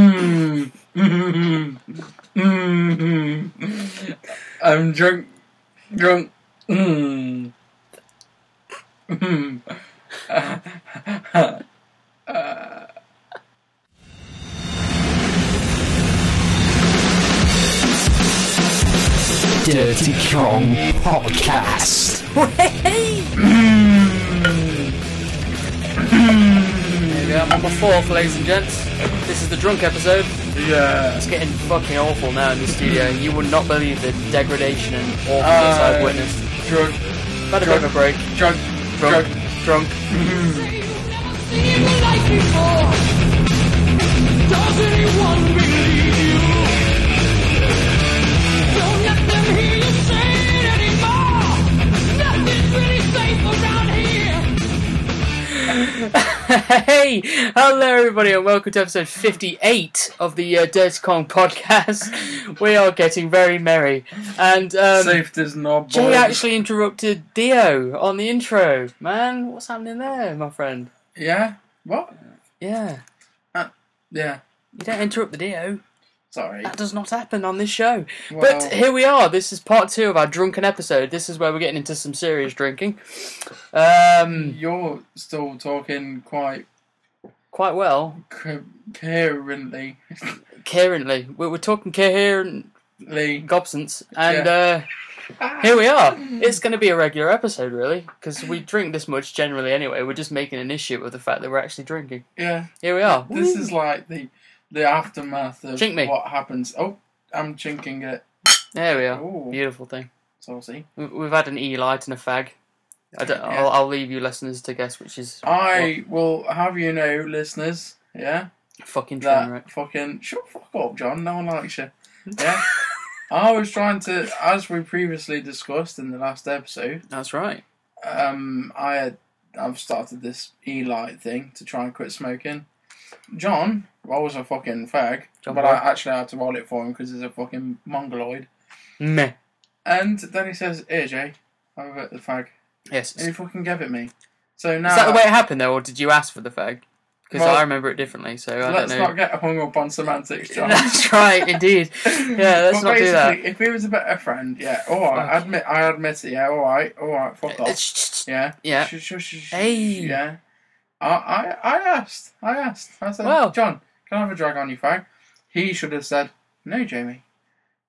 Mm, mm, mm, mm. I'm drunk, drunk. Mm. Mm. Dirty Kong Podcast. Here we are, number fourth, ladies and gents. This is the drunk episode. Yeah. It's getting fucking awful now in the studio. You would not believe the degradation and awfulness I've witnessed. Drunk, I've had a bit of a break. drunk, Drunk, drunk. drunk. You've never seen me like before. Does anyone believe you? Don't let them hear you say it anymore. Nothing's really safe around here. Hey, hello everybody, and welcome to episode 58 of the uh, Dirty Kong podcast. we are getting very merry, and um, Safe does not Jay boil. actually interrupted Dio on the intro. Man, what's happening there, my friend? Yeah. What? Yeah, Yeah. you don't interrupt the Dio. Sorry. That does not happen on this show. Well- But here we are. This is part two of our drunken episode. This is where we're getting into some serious drinking. Um, You're still talking quite quite well. co- coherently. Coherently. We're, we're talking coherent Lee. gobsons. And uh, here we are. It's going to be a regular episode, really, because we drink this much generally anyway. We're just making an issue of the fact that we're actually drinking. Yeah. Here we are. This is like the the aftermath of Chink me. what happens. Oh, I'm chinking it. There we are. Ooh. Beautiful thing. Saucy. We- We've had an e light and a fag. I don't, Yeah. Oh, I'll, I'll leave you listeners to guess which is I will have you know, listeners, yeah, what fucking that train wreck. fucking shut the fuck up, John. No one likes you. Yeah. I was trying to, as we previously discussed in the last episode, That's right. um, I had I've started this e-light thing to try and quit smoking. John rolls a fucking fag, John but Boy. I actually had to roll it for him because he's a fucking mongoloid. Meh. And then he says, "Here, Jay, have a bit of the fag." Yes. And he fucking gave it me. So now Is that the way it happened though, or did you ask for the fag? Because Well, I remember it differently, so I don't let's know. not get hung up on semantics, John. That's right, indeed. Yeah, let's But not do that. Oh. basically, If he was a better friend, yeah, all right, I admit, I admit it, yeah, all right, all right, fuck off, It's- yeah, Yeah. Sh- sh- sh- sh- Hey. yeah. I, I, I asked, I asked, I said, Well. John, can I have a drag on your fag? He should have said, no, Jamie,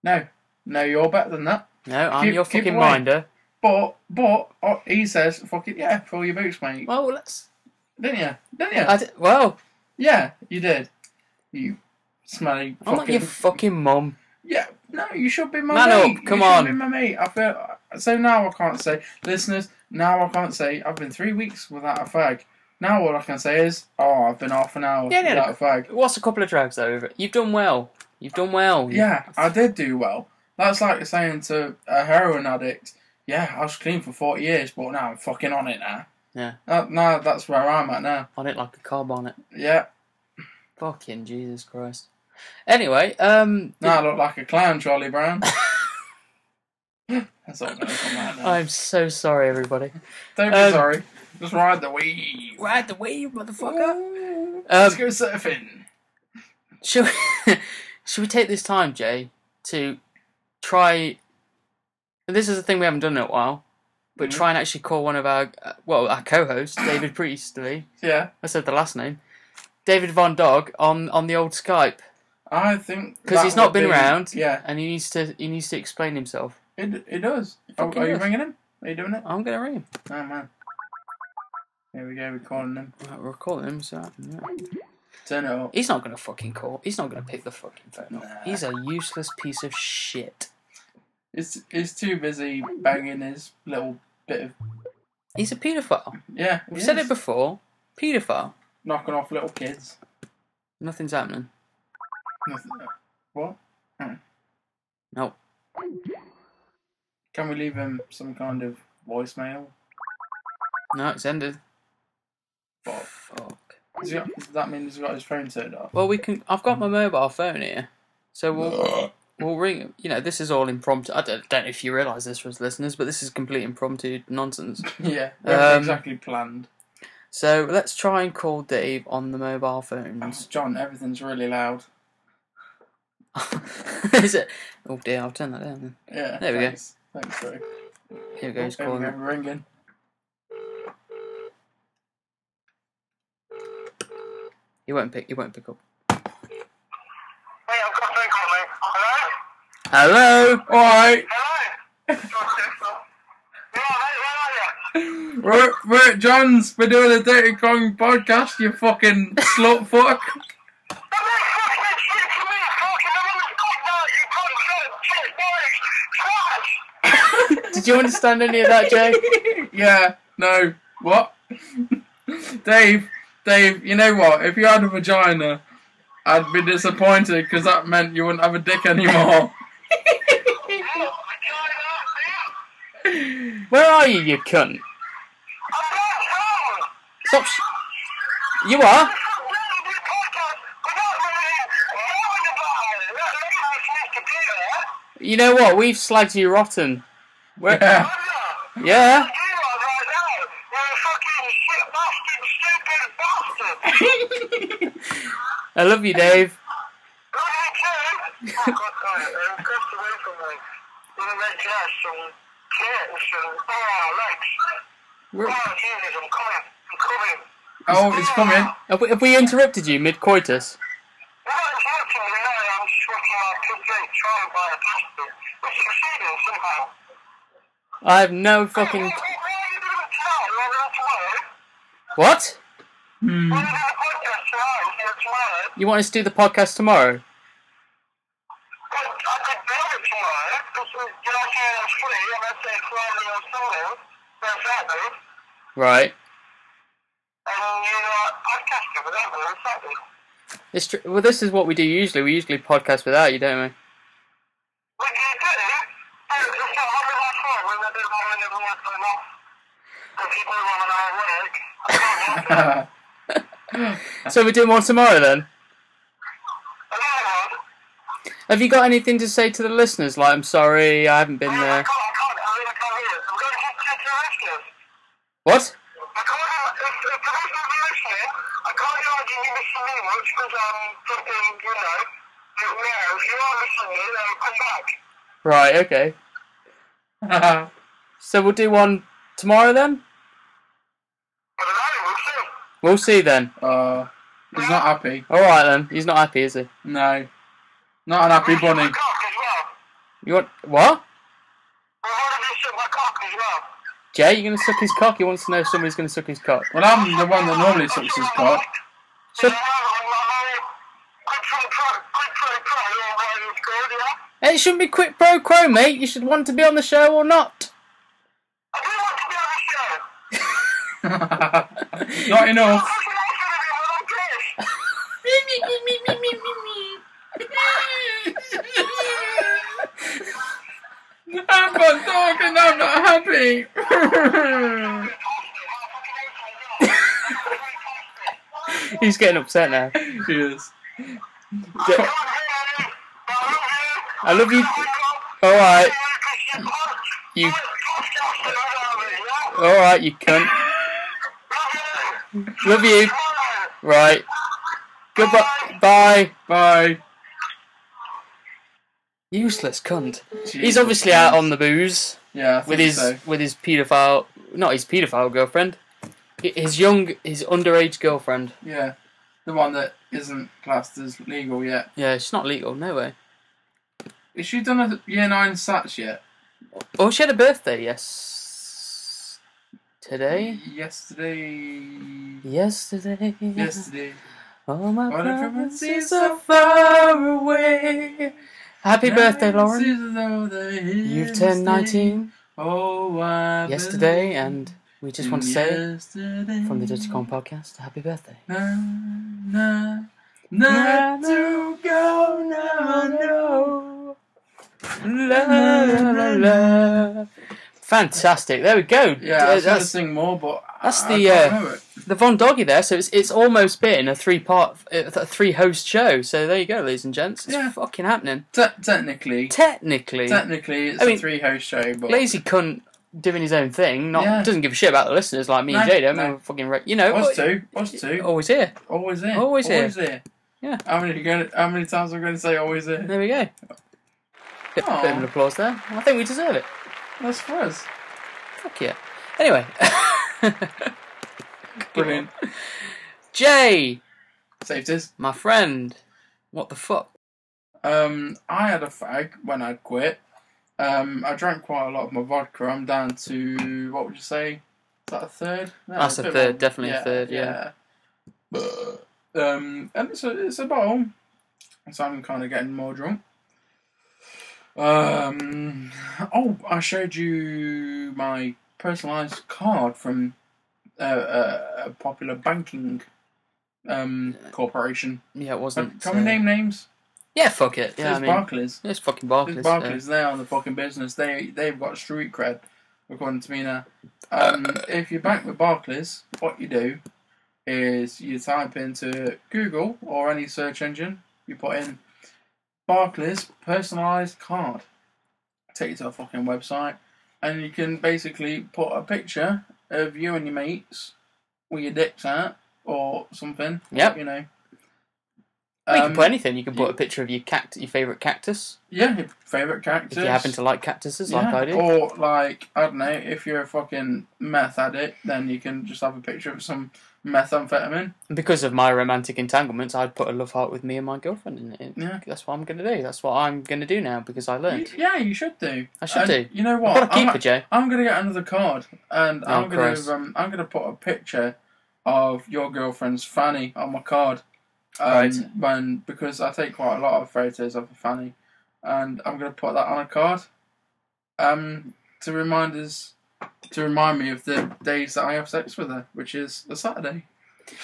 no, no, you're better than that. No, I'm Keep- your keep fucking away. minder. But, but oh, he says, fuck it, yeah, fill your boots, mate, Well, let's. didn't you? Didn't you? I d- well, yeah, you did. You smelly I'm not your fucking fucking mum. Yeah, no, you should be my Man mate. up, come you should on. be my mate. I feel so now. I can't say, listeners. Now I can't say I've been three weeks without a fag. Now all I can say is, oh, I've been half an hour Yeah, yeah. without a fag. What's a couple of drags though? Over. You've done well. You've done well. Yeah, I did do well. That's like saying to a heroin addict, yeah, I was clean for forty years, but now I'm fucking on it now. Yeah. That, now that's where I'm at now. On it like a car bonnet. Yeah. Fucking Jesus Christ. Anyway, um, Now I look like a clown, Charlie Brown. that's all. gonna come out now. I'm so sorry, everybody. Don't be um, sorry. Just ride the wave. Ride the wave, motherfucker. Ooh, Um, Let's go surfing. Should we, should we take this time, Jay, to try? and This is the thing we haven't done in a while, but Mhm. try and actually call one of our uh, well, our co-host David Priestley. Yeah, I said the last name, David Von Dog on on the old Skype I think because that he's not would been be- around. Yeah, and he needs to he needs to explain himself. it it does. Oh, fucking are you does. ringing him? Are you doing it? I'm gonna ring him. Oh man, here we go. We're calling him. Right, we're calling him. So yeah. Turn it up. he's not gonna fucking call. He's not gonna pick the fucking phone up. Nah. He's a useless piece of shit. It's it's too busy banging his little bit of He's a paedophile. yeah. We've he said is. it before. Paedophile. Knocking off little kids. Nothing's happening. Nothing. uh, What? Hmm. No. Can we leave him some kind of voicemail? No, it's ended. But Fuck. does, he got, does that mean he's got his phone turned off? Well, we can. I've got my mobile phone here, so we'll we'll ring. You know, this is all impromptu. I don't, don't know if you realise this, for us listeners, but this is complete impromptu nonsense. yeah, Um, exactly planned. So let's try and call Dave on the mobile phones. John, everything's really loud. Is it? Oh dear, I'll turn that down. Then. Yeah. There we go. thanks. go. Thanks, sorry. Here we go. He's Oh, calling. everything ringing. He won't pick. He won't pick up. Mate, I've got a phone call, mate. Hello? Hello. All right, Hello? John Simpson. Yeah, mate, where are you? we're, we're at John's. We're doing a Dirty Kong podcast. You fucking slut fuck. That mate fucking shit to me, fucking I'm on the fuck now, you cunt, cunt, shit, boys, trash! Did you understand any of that, Jay? yeah. No. What? Dave. Dave. You know what? If you had a vagina, I'd be disappointed because that meant you wouldn't have a dick anymore. Oh, vagina, yeah. Where are you, you cunt? I'm downtown. Stop. Sh- you are. Fuck, let me do a podcast without really knowing about it. Let- let me listen to this computer, yeah? You know what? We've slagged you rotten. Where? Yeah. I'm not. Yeah. You are right now. You're a fucking shit bastard, stupid bastard. I love you, Dave. Love you too. Oh, God, sorry. Um, Chris away from me. In a red dress and tits and, oh, legs. We're- Oh, Jesus, I'm coming. I'm coming. oh, it's coming. Have we, have we interrupted you mid coitus? Well, I'm watching me now. I'm just watching my two great trial by a bastard. We're succeeding somehow. I have no fucking. What are you doing tonight? You're not tomorrow? What? We're doing a podcast tonight. You're tomorrow. You want us to do the podcast tomorrow? Well, I could do it tomorrow. Because, you know, I'm free. I'm not saying Friday or Sunday. That's Saturday. Right. And uh, you are podcasting with them, or something. It's tr- well, this is what we do usually. We usually podcast without you, don't we? What do you do? Oh, it's not having my phone when I don't want everyone to know. And people want to know I work. I can't help it. So we're doing one tomorrow then. Another one. Have you got anything to say to the listeners? Like, I'm sorry, I haven't been No, I there. can't, I can't, I really can't hear it. I'm going to keep to the listeners. What? I can't hear, if, if the listeners are listening, I can't imagine you missing me much because I'm fucking, you know, but no, if you are missing me, then come back. Right. Okay. Uh, So we'll do one tomorrow then. I don't know, we'll see. We'll see then. uh, he's not happy. All right then. He's not happy, is he? No. Not an happy bunny. My cock as well. You want what? We wanted to shoot my cock as well. Jay, you gonna suck his cock? He wants to know if somebody's gonna suck his cock. Well, I'm the one that normally sucks his cock. Shut- Hey, it shouldn't be quid pro quo, mate. You should want to be on the show or not. Not enough. I'm not talking, I'm not happy. He's getting upset now. yes. I love you. All right. You. All right. You cunt. Love you. Right. Goodbye. Bye. Bye. Useless cunt. He's Jesus obviously out on the booze Yeah, I think with his so. with his paedophile, not his paedophile girlfriend, Hi- his young, his underage girlfriend. Yeah. The one that isn't classed as legal yet. Yeah, it's not legal, no way. Has she done a year nine sats yet? Oh, she had a birthday. Yes, today. Yesterday. Yesterday. Yesterday. Oh my What if it God, was she's so so far away. Happy birthday, Lauren. You've turned 19 Oh, I yesterday, and we just want to say Yesterday. from the Dirty Con podcast, happy birthday. Na, na, na, to go now, no. La, la, la, la. Fantastic. There we go. Yeah, I Uh, was going to that's sing more, but that's I, I the, uh, can't remember it. the Von Doggy there. So it's it's almost been a three part, uh, a three host show. So there you go, ladies and gents. It's Yeah. fucking happening. Te- technically, Technically, technically, it's I mean- a three-host show, but lazy cunt doing his own thing. Not Yeah. doesn't give a shit about the listeners like me and No, Jada. I mean, no. we're fucking re- you know, Us two, us two, always here. always here, oh, Always here. always here. Yeah. How many? Gonna, how many times we're going to say always here? There we go. Bit bit of an applause there. I think we deserve it. That's for us. Fuck yeah. Anyway, Brilliant. Jay, Safeties. my friend, what the fuck? Um, I had a fag when I quit. Um, I drank quite a lot of my vodka. I'm down to what would you say? Is that a third? No, That's a bit third, more. definitely a third, yeah. But, um, and it's a it's a bottle, so I'm kind of getting more drunk. Um, oh, I showed you my personalised card from uh, uh, a popular banking um corporation. Yeah, it Can wasn't. can we uh, name names? Yeah, fuck it. Yeah, It's I mean, Barclays. it's fucking It's Barclays. uh, Barclays. They're on the fucking business. They they've got street cred, according to me now. Uh, Um, if you bank with Barclays, what you do is you type into Google or any search engine. You put in Barclays personalised card. Take you to a fucking website, and you can basically put a picture of you and your mates, with your dicks out or something. Yep. You know. I mean, you Um, can put anything. You can put you- a picture of your cact, your favourite cactus, yeah, your favourite characters. if you happen to like cactuses, like Yeah, I do. Or like I don't know, if you're a fucking meth addict, then you can just have a picture of some methamphetamine. And because of my romantic entanglements, I'd put a love heart with me and my girlfriend in it. Yeah. That's what I'm going to do. That's what I'm going to do now because I You- learned. yeah, you should do. I should And do. You know I've what? got a keeper, I'm, Jay. I'm gonna get another card, and Oh, I'm gonna Christ. um, I'm gonna put a picture of your girlfriend's fanny on my card. Um, Right. When because I take quite a lot of photos of a fanny, and I'm gonna put that on a card. Um, to remind us, to remind me of the days that I have sex with her, which is a Saturday.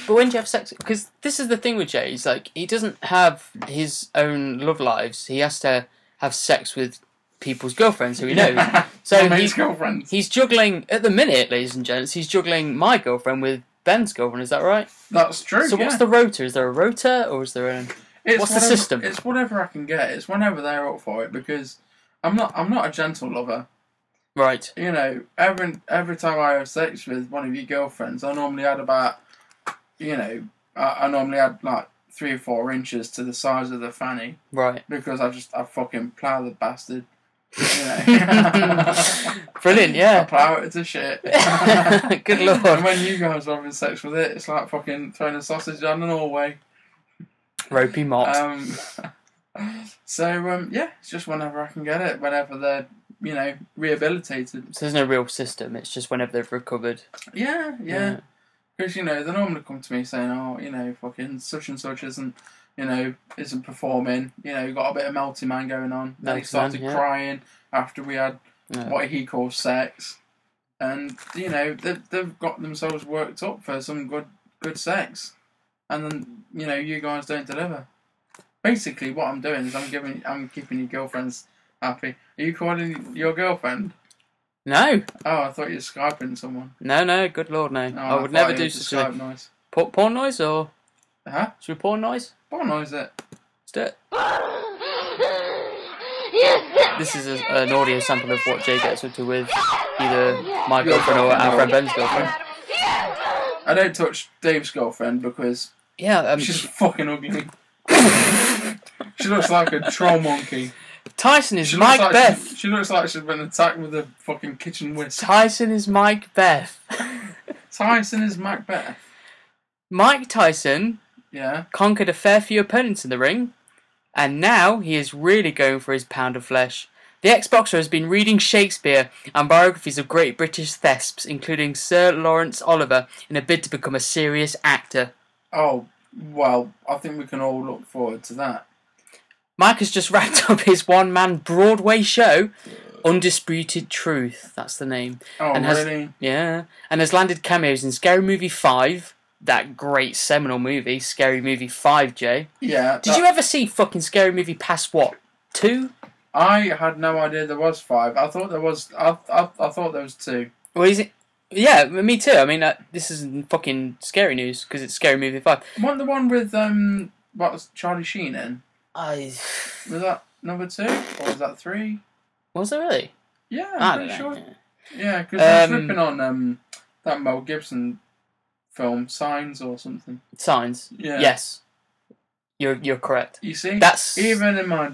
But when do you have sex? Because this is the thing with Jay. He's like he doesn't have his own love lives. He has to have sex with people's girlfriends who he knows. So so my mate's he- girlfriend. he's juggling at the minute, ladies and gents. He's juggling my girlfriend with Ben's girlfriend. Is that right? That's true. So what's the rotor? Is there a rotor or is there a? it's what's the whatever, system? It's whatever I can get. It's whenever they're up for it because I'm not I'm not a gentle lover. Right. You know, every every time I have sex with one of your girlfriends, I normally had about you know I, I normally had like three or four inches to the size of the fanny Right. because I just I fucking plough the bastard. You know. Brilliant. I Yeah. plough it to shit. Good And lord. when you guys are having sex with it, it's like fucking throwing a sausage down an hallway. Ropey Mott. Um, so um, yeah, it's just whenever I can get it, whenever they're you know rehabilitated. so there's no real system. It's just whenever they've recovered. Yeah, Yeah. yeah. Because you know they normally come to me saying, "Oh, you know, fucking such and such isn't, you know, isn't performing. You know, got a bit of melty man going on." Then he Melty started Man, yeah. crying after we had Yeah. what he calls sex, and you know they've they've got themselves worked up for some good good sex, and then you know you guys don't deliver. Basically, what I'm doing is I'm giving I'm keeping your girlfriends happy. Are you calling your girlfriend? No. Oh, I thought you were skyping someone. No. No. Good lord. No. No, I would thought never you do was such Skype a noise. Por- porn noise or Huh? should we porn noise? What noise is it? Let's do it. This This is a, an audio sample of what Jay gets up to with either my girlfriend or our friend Ben's girlfriend. I don't touch Dave's girlfriend because Yeah. Um, she's fucking ugly. she looks like a troll monkey. Tyson is She Mike looks like Beth. She, she looks like she's been attacked with a fucking kitchen whisk. Tyson is Mike Beth. Tyson is Macbeth. Mike Tyson Yeah. conquered a fair few opponents in the ring, and now he is really going for his pound of flesh. The ex-boxer has been reading Shakespeare and biographies of great British thesps, including Sir Lawrence Oliver, in a bid to become a serious actor. Oh, well, I think we can all look forward to that. Mike has just wrapped up his one-man Broadway show, Undisputed Truth. That's the name. Oh, and has, really? Yeah, and has landed cameos in Scary Movie Five, that great seminal movie, Scary Movie Five. Jay, Yeah. did that- you e- ever see fucking Scary Movie past what two? I had no idea there was five. I thought there was. I I, I thought there was two. Well, is it? Yeah, me too. I mean, uh, this is fucking scary news because it's Scary Movie Five. One the one with um, what was Charlie Sheen in? I Was that number two or was that three? was there really? Yeah, I I'm don't pretty know. sure. yeah. Yeah, because they're Um, flipping on um, that Mel Gibson film, Signs or something. Signs. Yeah. Yes. You're you're correct. You see, That's- even in my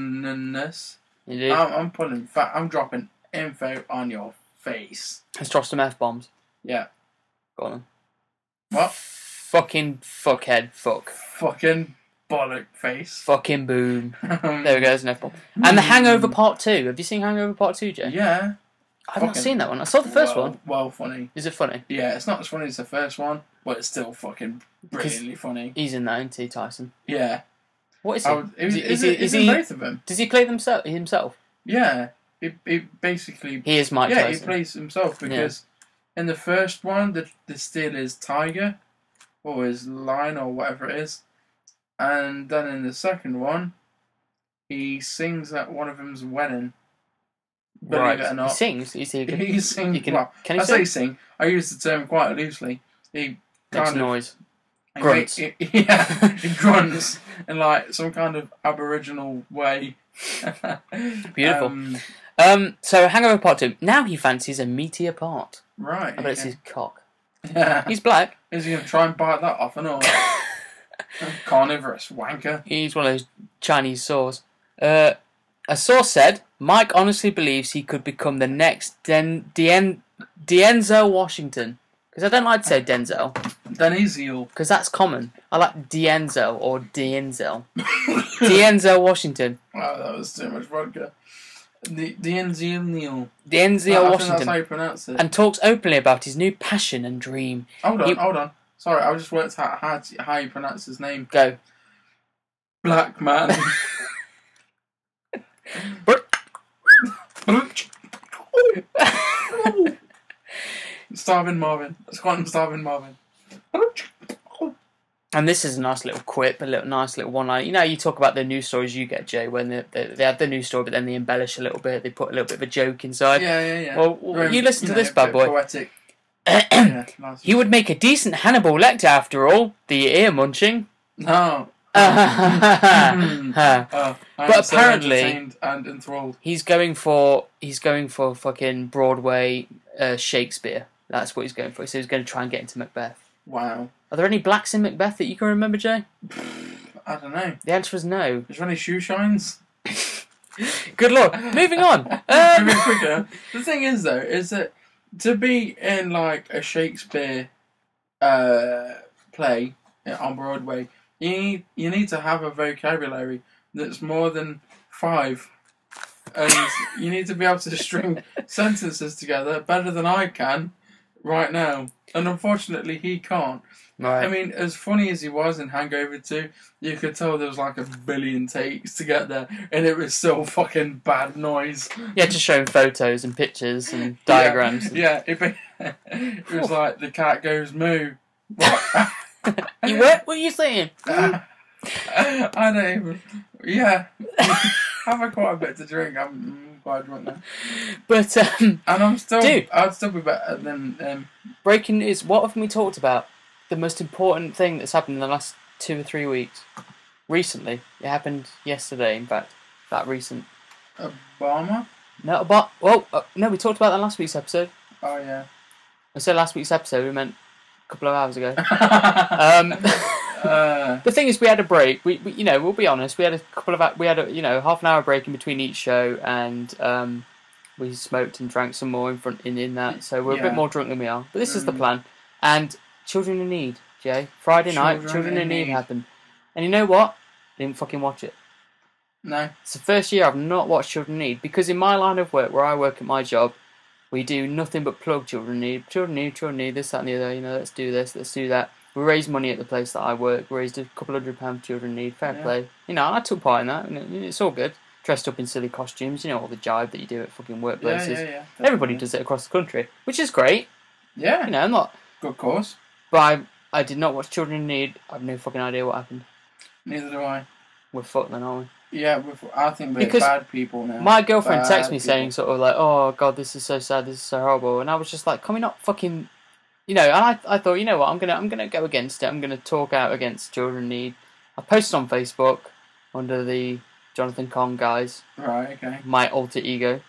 drunkenness, You do. I'm, I'm pulling, fa- I'm dropping info on your face. Let's drop some f bombs. Yeah. Go on. then. What? Fucking fuckhead. Fuck. Fucking bollock face. Fucking boom. Um, There we go. There's an f bomb. And the Hangover Part Two. Have you seen Hangover Part Two, Jay? Hmm. Yeah. I've not fucking- seen that one. I saw the first well, one. Well, funny. Is it funny? Yeah, it's not as funny as the first one, but it's still fucking brilliantly funny. He's in that, isn't he, Tyson? Yeah. What is he? I would, is, Is he- is, is he- it- is is in he- both of them. Does he play themself himself? Yeah. It, it basically He is Mike yeah, he Tyson. plays himself because in the first one, the the steal is Tiger or his lion or whatever it is, and then in the second one, he sings at one of them's wedding. Believe right. it or not, He sings. He's, he can, he sings. he can, well, can he I sing? say sing. I use the term quite loosely. He Makes kind of noise. he grunts. make- he- yeah, he grunts in like some kind of aboriginal way. Beautiful. Um, Um, so Hangover Part Two. Now he fancies a meaty apart. right. I bet it's okay. his cock. Yeah. He's black. Is he gonna try and bite that off and all? Carnivorous wanker. He's one of those Chinese saws. Uh, a source said Mike honestly believes he could become the next Den Dien Dienzel Washington. Because I don't like to say Denzel, Then he's heel. because that's common. I like Dienzel or Dienzel. Dienzel Washington. Wow, Oh, that was too much vodka. The the NZL Neil. Dienzel I think that's Washington. how you pronounce it. and talks openly about his new passion and dream. hold on, you- hold on. Sorry, I just worked out how to, how you pronounce his name. Go. Black man. starving Marvin. Let's call him starving Marvin. And this is a nice little quip, a little nice little one line. You know, you talk about the news stories you get, Jay, when they, they, they have the news story, but then they embellish a little bit. They put a little bit of a joke inside. Yeah, yeah, yeah. Well, well, Very, you listen to know, this bad a bit boy. Poetic. yeah, nice. He would make a decent Hannibal Lecter after all. The ear munching. No. but Uh, I'm But so apparently- entertained and enthralled. he's going for he's going for fucking Broadway uh, Shakespeare. That's what he's going for. So he's going to try and get into Macbeth. Wow. Are there any blacks in Macbeth that you can remember, Jay? I don't know. The answer is no. Is there any shoe shines? Good lord. Moving on. Maybe Um, quicker. The thing is, though, is that to be in like a Shakespeare uh, play on Broadway, you need, you need to have a vocabulary that's more than five, and you need to be able to string sentences together better than I can right now. And unfortunately, he can't. right. I mean, as funny as he was in Hangover 2, you could tell there was like a billion takes to get there, and it was still fucking bad noise. Yeah, just showing photos and pictures and diagrams. Yeah, yeah, it, be- it was like the cat goes moo. What? You what? What are you saying? I don't even. Yeah. I've had quite a bit to drink. I'm mm, quite drunk now. But um, And I'm still. Dude. I'd still be better than. Um, breaking news. What have we talked about? The most important thing that's happened in the last two or three weeks. Recently, it happened yesterday. In fact, that recent. Obama? No, but well, uh, no, we talked about that last week's episode. Oh, yeah. I said last week's episode. We meant a couple of hours ago. Um, uh, the thing is, we had a break. We, we, you know, we'll be honest. We had a couple of, hou- we had a, you know, half an hour break in between each show, and um, we smoked and drank some more in front in, in that. So we're a bit Yeah. more drunk than we are. But this is the Mm. plan. And children in need, Jay. Friday night, Children children in, in need Need. happened. And you know what? Didn't fucking watch it. no. It's the first year I've not watched Children Need because in my line of work, where I work at my job, we do nothing but plug Children Need, Children Need, Children Need, this, that, and the other. You know, let's do this, let's do that. We raised money at the place that I work. We raised a couple hundred pounds for Children Need. Fair Yeah. play. You know, I took part in that, and it- it's all good. Dressed up in silly costumes, you know, all the jive that you do at fucking Yeah, workplaces. yeah, yeah. Everybody does it across the country, which is great. You Yeah. know, I'm not. Good cause. But I, I did not watch Children in Need. I've no fucking idea what happened. Neither do I. We're fucked then, aren't we? Yeah, we've, I think we're Because bad people now. My girlfriend Bad texted me people. saying sort of like, "Oh God, this is so sad. This is so horrible," and I was just like, "Can we not fucking?" You know, and I, I thought, you know what, I'm gonna I'm gonna go against it. I'm gonna talk out against children in need. I posted on Facebook under the Jonathan Kong guys, Right, okay. my alter ego,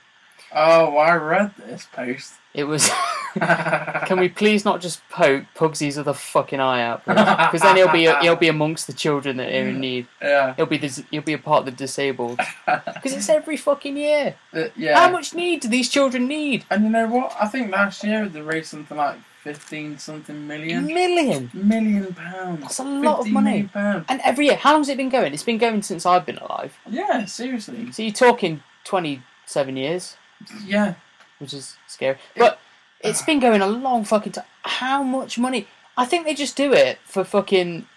Oh, I read this post. It was. Can we please not just poke Pugsy's other fucking eye out, because then he'll be he'll be amongst the children that are in need. Yeah. He'll be this, he'll be a part of the disabled. Because it's every fucking year. Uh, yeah. How much need do these children need? And you know what? I think last year they raised something like 15 something million. Million. Million pounds. That's a lot of 15 money. million pounds. And every year, how long's it been going? It's been going since I've been alive. Yeah, seriously. So you're talking 27 years, Yeah. which is scary. But it's been going a long fucking time. How much money? I think they just do it for fucking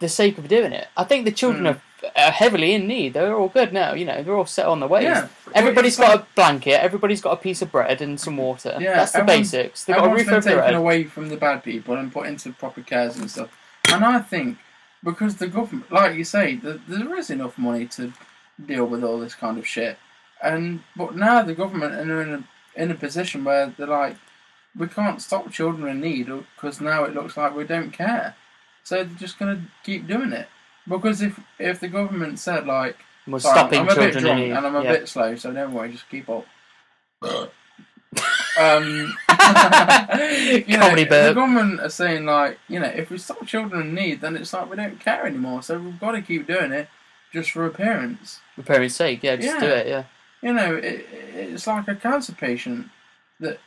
the sake of doing it. I think the children Mm. are, are heavily in need. They're all good now, you know, they're all set on their ways. Yeah. Everybody's got a blanket, everybody's got a piece of bread and some water. Yeah, That's the everyone- basics. They've got a Everyone's roof been over their taken head. away from the bad people and put into proper cares and stuff. And I think because the government, like you say, th there is enough money to deal with all this kind of shit. And but now the government are in a in a position where they're like, we can't stop children in need because now it looks like we don't care. So they're just gonna keep doing it because if if the government said like, We're Sorry, stopping I'm, I'm a bit children in drunk need. and I'm a Yeah. bit slow, so don't worry, just keep up. um, you know, Comedy burp. The government are saying like, you know, if we stop children in need, then it's like we don't care anymore. So we've got to keep doing it just for appearance. For parents' sake, yeah, just do Yeah. it, yeah. You know, it, it's like a cancer patient that.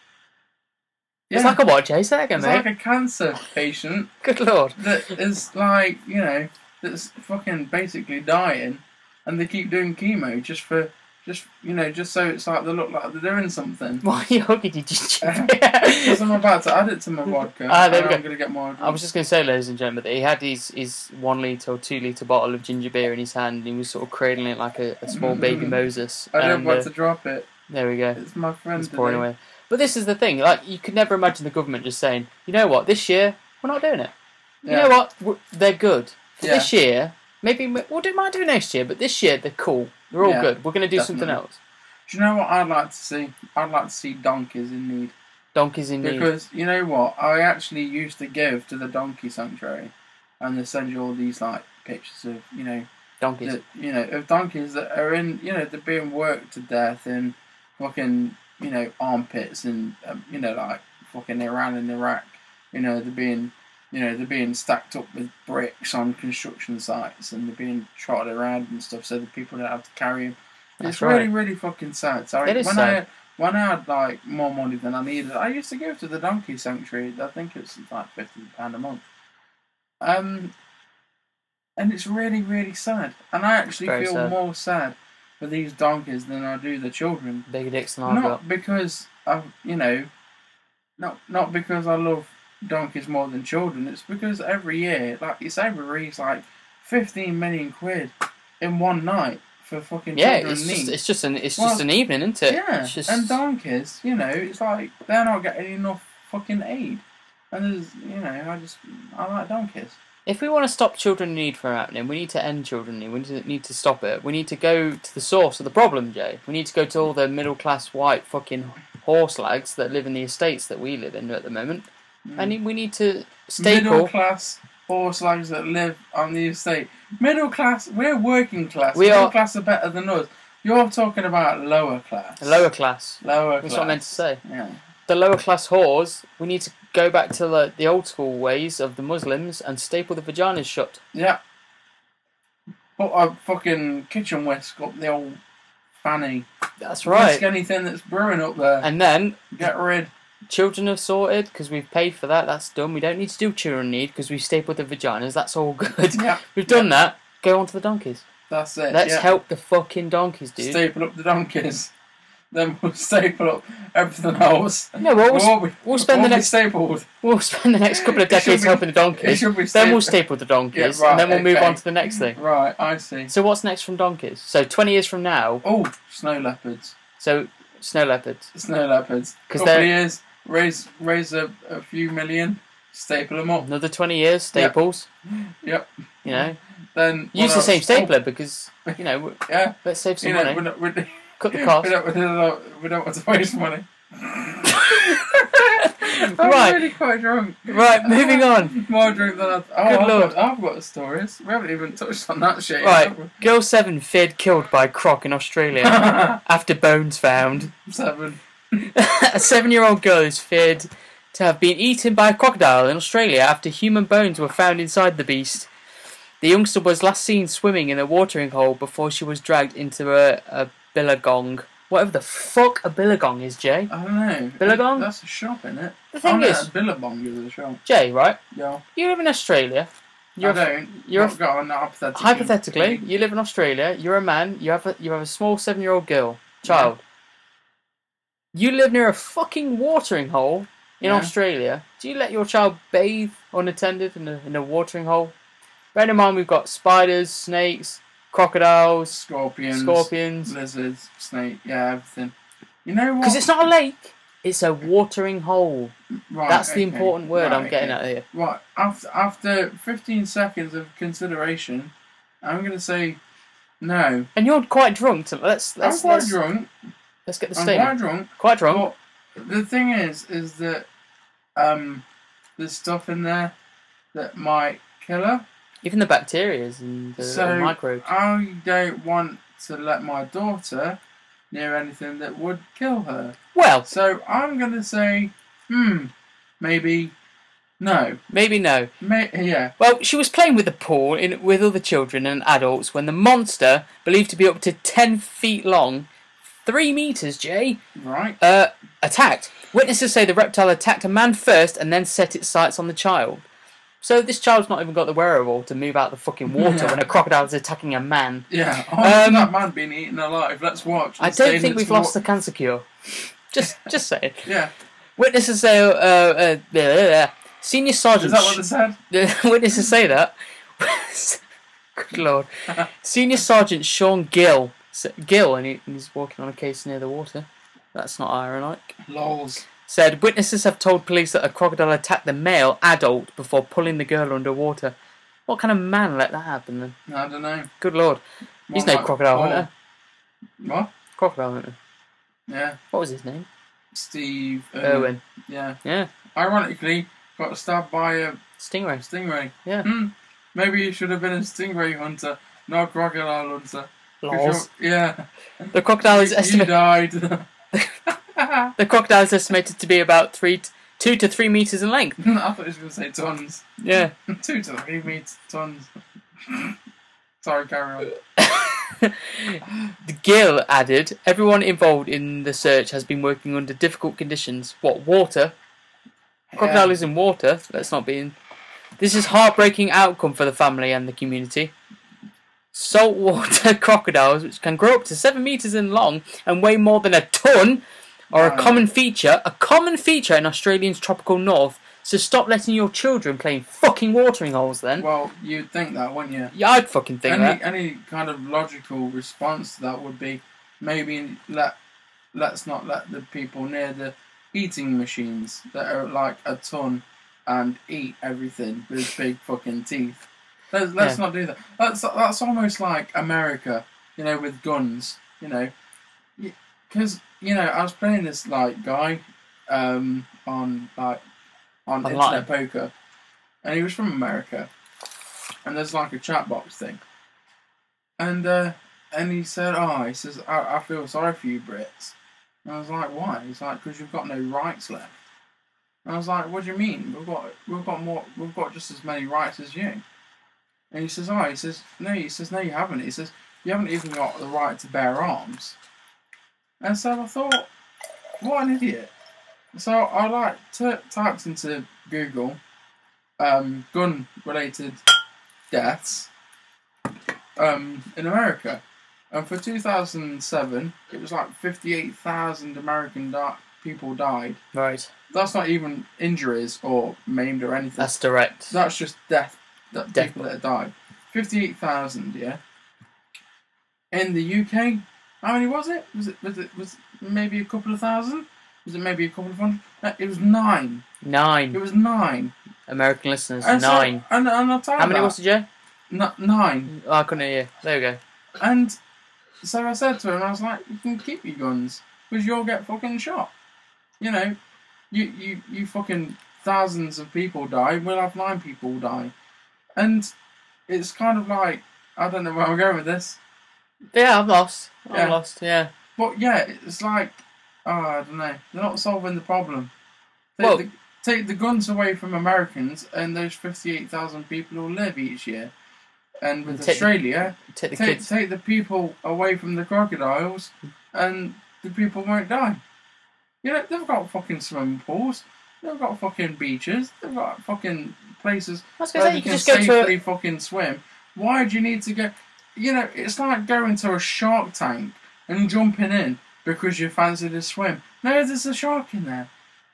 It's like a what, Jay? Say that again, it's mate. like a cancer patient Good lord. that is like you know that's fucking basically dying, and they keep doing chemo just for just you know just so it's like they look like they're doing something. Why are you hugging your chin? Because I'm about to add it to my vodka. Ah, there and we I'm go. gonna get more. I was just going to say, ladies and gentlemen, that he had his, his one litre or two litre bottle of ginger beer in his hand and he was sort of cradling it like a, a small baby Mm. Moses. I don't and, want uh, to drop it. There we go. It's my friend. It's pouring today. away. But this is the thing, like, you could never imagine the government just saying, you know what, this year, we're not doing it. You Yeah. know what, we they're good. For Yeah. this year, maybe we- we'll do, might do it next year, but this year, they're cool. They're all Yeah, good. We're going to do something definitely. else. Do you know what I'd like to see? I'd like to see donkeys in need. Donkeys in need. Because you know what? I actually used to give to the donkey sanctuary, and they send you all these like pictures of you know Donkeys. that you know of donkeys that are in you know they're being worked to death in fucking you know armpits and um, you know like fucking Iran and Iraq you know they're being you know they're being stacked up with bricks on construction sites and they're being trotted around and stuff so the people don't have to carry them. That's it's right. really really fucking sad. Sorry, It is when sad. I when I had like more money than I needed, I used to give to the donkey sanctuary. I think it's like fifty pound a month. Um, and it's really, really sad. And I actually very feel sad. more sad for these donkeys than I do the children. Bigger dicks than I've Not got. because I, you know, not not because I love donkeys more than children. It's because every year, like you say, we raise like fifteen million quid in one night for fucking Yeah, children it's in just need. it's just an it's Well, just an evening, isn't it? yeah, It's just, and donkeys, you know, it's like they're not getting enough fucking aid. And there's, you know, I just I like donkeys. if we want to stop children in need from happening, we need to end children in need. We need to, need to stop it. We need to go to the source of the problem, Jay. We need to go to all the middle class white fucking horse lags that live in the estates that we live in at the moment, and we need to stay Mm. middle cool. class horse slaves that live on the estate. Middle class, we're working class. We middle are- class are better than us. You're talking about lower class. Lower class. Lower class. That's what I meant to say. Yeah. The lower class whores. We need to go back to the, the old school ways of the Muslims and staple the vaginas shut. Yeah. Put a fucking kitchen whisk up the old fanny. That's Whisk anything that's brewing up there. And then Get rid. Children are sorted because we've paid for that. That's done. We don't need to do children in need because we've stapled the vaginas. That's all good. Yeah. we've done that. Go on to the donkeys. That's it. Let's yeah. help the fucking donkeys, dude. Staple up the donkeys. Then we'll staple up everything else. no, we'll, We'll, be- we'll spend we'll the be next stapled. we'll spend the next couple of It should decades be- helping the it donkeys. should be Then we'll stapled. staple the donkeys, Yeah, right, and then we'll move okay. on to the next thing. Right, I see. So what's next from donkeys? So twenty years from now, Oh, snow leopards. so snow leopards. snow leopards. 'Cause Couple they're- of years, raise raise a, a few million, staple them up. Another twenty years staples. Yep. You know, Then what use the else? same stapler because you know w- Oh, yeah. let's save some You know, money. we don't, we, don't, Cut the we, cost. don't, we, don't, we don't want to waste money. I'm Right. really quite drunk. Right, moving on. More drunk than I. Th- oh, Good I've, lord. Got, I've got stories. We haven't even touched on that shit. Right, have we? girl seven feared killed by croc in Australia after bones found. Seven. a seven-year-old girl is feared to have been eaten by a crocodile in Australia after human bones were found inside the beast. The youngster was last seen swimming in a watering hole before she was dragged into a, a billabong. Whatever the fuck a billabong is, Jay. I don't know. Billabong? That's a shop, isn't it? The thing oh, no, is- Billabong is a shop. Jay, right? Yo, You live in Australia. You're I a- don't. you're a- not got an hypothetical. Hypothetically, you live in Australia. You're a man. You have a, you have a small seven year old girl child. You live near a fucking watering hole in Yeah. Australia. Do you let your child bathe unattended in a in a watering hole? Bear in mind, we've got spiders, snakes, crocodiles, Scorpions. scorpions. Lizards. Snake. Yeah, everything. You know what? Because it's not a lake. It's a watering hole. Right, That's the okay. important word I'm Right, getting okay. at here. Right, after, after 15 seconds of consideration, I'm going to say no. And you're quite drunk. To, let's let's I'm quite let's, drunk. let's get the I'm quite statement. drunk. Quite drunk. But the thing is, is that um, there's stuff in there that might kill her. Even the bacterias and the, so uh, the microbes. I don't want to let my daughter near anything that would kill her. Well, So I'm going to say, hmm, maybe no. maybe no. May- yeah. Well, she was playing with the pool in, with other children and adults when the monster, believed to be up to 10 feet long, 3 metres, Jay, Right. uh, attacked. Witnesses say the reptile attacked a man first and then set its sights on the child. So this child's not even got the wherewithal to move out the fucking water when a crocodile's attacking a man. Yeah, oh, Um, that man being eaten alive. Let's watch. I Let's don't say think let's we've lost the watch. cancer cure. just, just saying. Yeah, Witnesses say, uh, uh, blah, blah, blah. senior sergeant. is that what they said? the witnesses say that. Good lord. Senior Sergeant Sean Gill. s- Gill, and, he, and he's walking on a case near the water. That's not ironic. Lols. Said witnesses have told police that a crocodile attacked the male adult before pulling the girl underwater. What kind of man let that happen then? I don't know. Good lord. He's no like crocodile Paul. hunter. What? Crocodile hunter. Yeah, What was his name? Steve Irwin. Irwin. Yeah, Yeah. ironically, got stabbed by a Stingray. stingray. Yeah. Hmm. Maybe he should have been a stingray hunter, not a crocodile hunter. 'Cause Lols. you're- Yeah, The crocodile is you estimated. died. The crocodile is estimated to be about three, t- two to three meters in length. I thought he was going to say tons. Yeah. Two to three meters, tons. Sorry, carry on. Gill added, everyone involved in the search has been working under difficult conditions. What, water? Crocodile Yeah. is in water. Let's not be in. This is heartbreaking outcome for the family and the community. Saltwater crocodiles, which can grow up to seven meters in long and weigh more than a ton, are Right. a common feature. A common feature in Australian's tropical north. So stop letting your children play in fucking watering holes. Then, Well, you'd think that, wouldn't you? yeah, I'd fucking think any, that. any kind of logical response to that would be maybe let let's not let the people near the eating machines that are like a ton and eat everything with big fucking teeth. Let's, let's Yeah. not do that. That's that's almost like America, you know, with guns. You know, because you know I was playing this like guy um, on like on Online. internet poker, and he was from America, and there's like a chat box thing, and uh, and he said, "Oh, he says I, I feel sorry for you Brits," and I was like, "Why?" He's like, "Because you've got no rights left." And I was like, "What do you mean? We've got we've got more we've got just as many rights as you." And he says, "Oh," he says, "No," he says, "No, you haven't." He says, "You haven't even got the right to bear arms." And so I thought, what an idiot. So I like t- typed into Google um, gun related deaths um, in America. And for 2007, it was like 58,000 American di- people died. Right, That's not even injuries or maimed or anything. that's direct. That's just death. That Death. people that have died. Fifty-eight thousand. Yeah. In the UK, how many was it? Was it was it was it maybe a couple of thousand? Was it maybe a couple of hundred? No, it was nine. It Nine was nine. American listeners. And so- Nine. and and I told How many that, was it, Jay? N- nine. Oh, I couldn't hear you. There we go. And so I said to him, I was like, "You can keep your guns, because you'll get fucking shot." You know, you, you, you fucking thousands of people die, we'll have nine people die. And it's kind of like, I don't know where I'm going with this. Yeah, I'm lost. I'm Yeah. lost. Yeah. But yeah, it's like, oh, I don't know, they're not solving the problem. Take, Well- the, take the guns away from Americans, and those 58,000 people will live each year. And with Take the- Australia, Take the take, kids. take the people away from the crocodiles, and the people won't die. You know, they've got fucking swimming pools, they've got fucking beaches, they've got fucking places I was gonna where say, they you can just go to a- safely fucking swim. Why do you need to go? You know, it's like going to a shark tank and jumping in because you fancy to swim. No, there's a shark in there.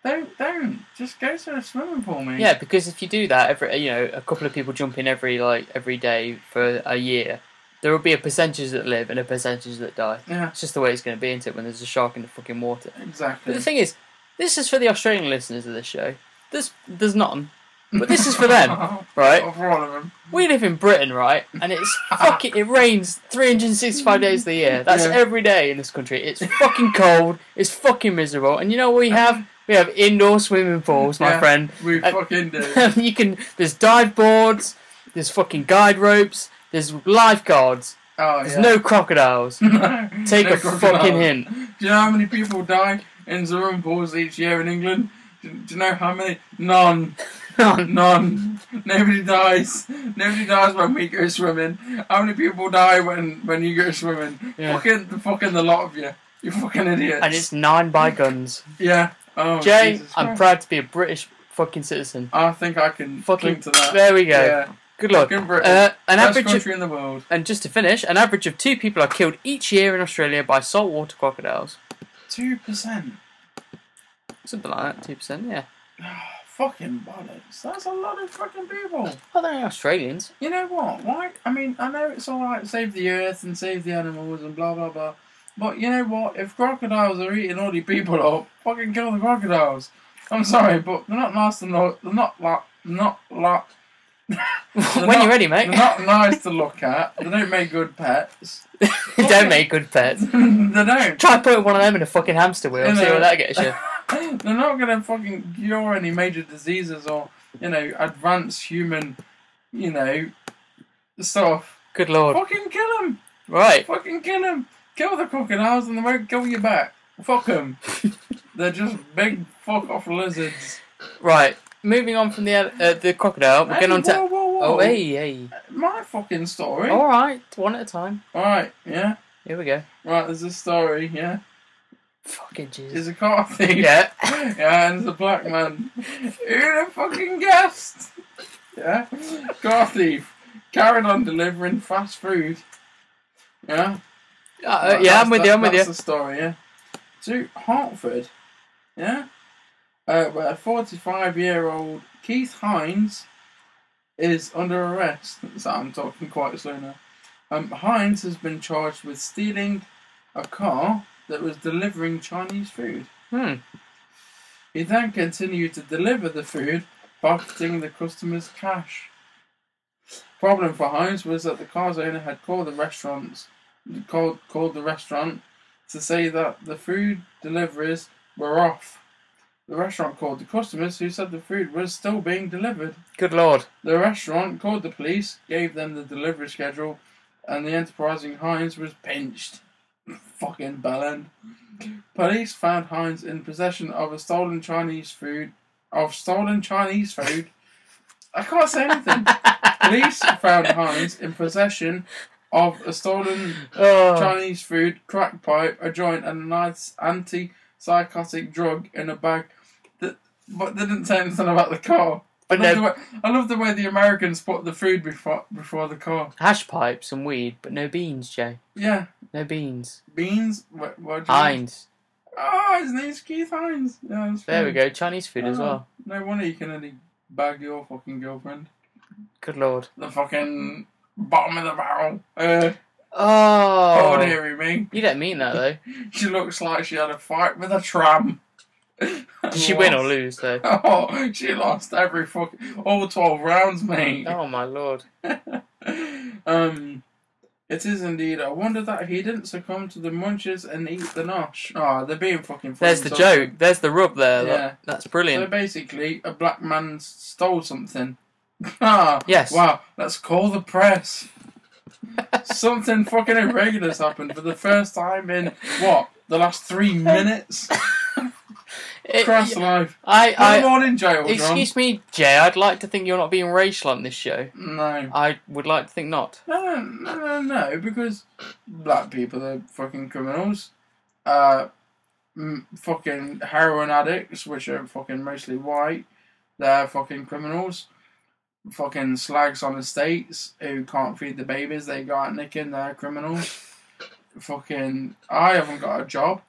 Don't, don't. Just go to a swimming pool, mate. Yeah, because if you do that, every you know, a couple of people jump in every like every day for a year, there will be a percentage that live and a percentage that die. Yeah, It's just the way it's going to be, isn't it? When there's a shark in the fucking water. But exactly. the thing is, this is for the Australian listeners of this show. There's there's none, but this is for them, right? For all of them. We live in Britain, right? And it's fucking it rains 365 days of the year. That's Yeah. every day in this country. It's fucking cold. It's fucking miserable. And you know what we have? We have indoor swimming pools, my Yeah, friend. We And- fucking do. you can there's dive boards, there's fucking guide ropes, there's lifeguards, Oh, there's yeah. no crocodiles. Take No a crocodile. fucking hint. Do you know how many people die in swimming pools each year in England? Do, do you know how many? None. None. Nobody dies. Nobody dies when we go swimming. How many people die when, when you go swimming? Yeah. Fucking, the fucking the lot of you. You fucking idiots. and it's nine by guns. yeah. Oh, Jay, Jesus I'm Christ. proud to be a British fucking citizen. I think I can cling Fucking to that. there we go. Yeah. Good luck. Fucking Britain. Uh, an Best average of, country in the world. and just to finish, an average of two people are killed each year in Australia by saltwater crocodiles. Two percent. Something like that, two percent. Yeah. Fucking bollocks. That's a lot of fucking people. Well, they're Australians. You know what? Why? I mean, I know it's all right, save the earth and save the animals and blah blah blah. But you know what? If crocodiles are eating all the people up, fucking kill the crocodiles. I'm sorry, but they're not nice to look. They're not like not like. when you're ready, mate. They're not nice to look at. They don't make good pets. They don't make good pets. they don't. Try putting one of them in a fucking hamster wheel. You See know. where that gets you. They're not gonna fucking cure any major diseases or you know advance human, you know, stuff. Good lord. Fucking kill them. Right. Fucking kill them! Kill the crocodiles and they won't kill you back. Fuck them. They're just big fuck off lizards. Right, moving on from the uh, the crocodile, we're going Hey, on to. whoa, whoa, whoa. Oh, hey, Oh. hey. My fucking story. All right, one at a time. Alright, yeah. Here we go. Right, there's a story, yeah. Fucking Jesus. There's a car thief. Yeah. Yeah, and there's a black man. Who'd have fucking guessed? Yeah. Car thief. Carried on delivering fast food. Yeah. Uh, uh, yeah, That's- I'm with you. I'm with that's you. the story, yeah. To Hartford, yeah, uh, where 45 year old Keith Hines is under arrest. So I'm talking quite slow now. Um, Hines has been charged with stealing a car that was delivering Chinese food. Hmm. He then continued to deliver the food, pocketing the customer's cash. Problem for Hines was that the car's owner had called the restaurants, called called the restaurant to say that the food deliveries were off. The restaurant called the customers, who said the food was still being delivered. Good lord. The restaurant called the police, gave them the delivery schedule, and the enterprising Hines was pinched. Fucking bellend. Police found Hines in possession of a stolen Chinese food. Of stolen Chinese food. I can't say anything. Police found Hines in possession of a stolen Oh. Chinese food, crack pipe, a joint, and a nice anti-psychotic drug in a bag. That, but they didn't say anything about the car. I But love, the no way, I love the way the Americans put the food before before the car. hash pipes and weed, but no beans, Jay. Yeah, No beans. beans. What? what do you- Heinz. Oh, his name's Keith Hines. Yeah, that's There we fine. go. Chinese food as Oh, well. No wonder you can only bag your fucking girlfriend. Good lord. The fucking bottom of the barrel. Uh, Oh. oh, dearie me. You don't mean that though. She looks like she had a fight with a tram. Did she win or lose though? Oh, she lost every fucking all twelve rounds, mate. Oh my lord. um, It is indeed a wonder that he didn't succumb to the munches and eat the nosh. Oh, they're being fucking. There's the funny, so- joke. There's the rub there. Look, Yeah. that's So brilliant. basically, a black man stole something. Ah, Yes. Wow, let's call the press. something fucking irregular's happened for the first time in what the last three minutes. It- Christ alive! I, I'm I, all in jail, John. excuse me, Jay. I'd like to think you're not being racial on this show. No. I would like to think not. No, no, no, Um, uh, no, because black people are fucking criminals. Uh, m- fucking heroin addicts, which are fucking mostly white, they're fucking criminals. Fucking slags on estates who can't feed the babies they got nicking, they're criminals. fucking, I haven't got a job,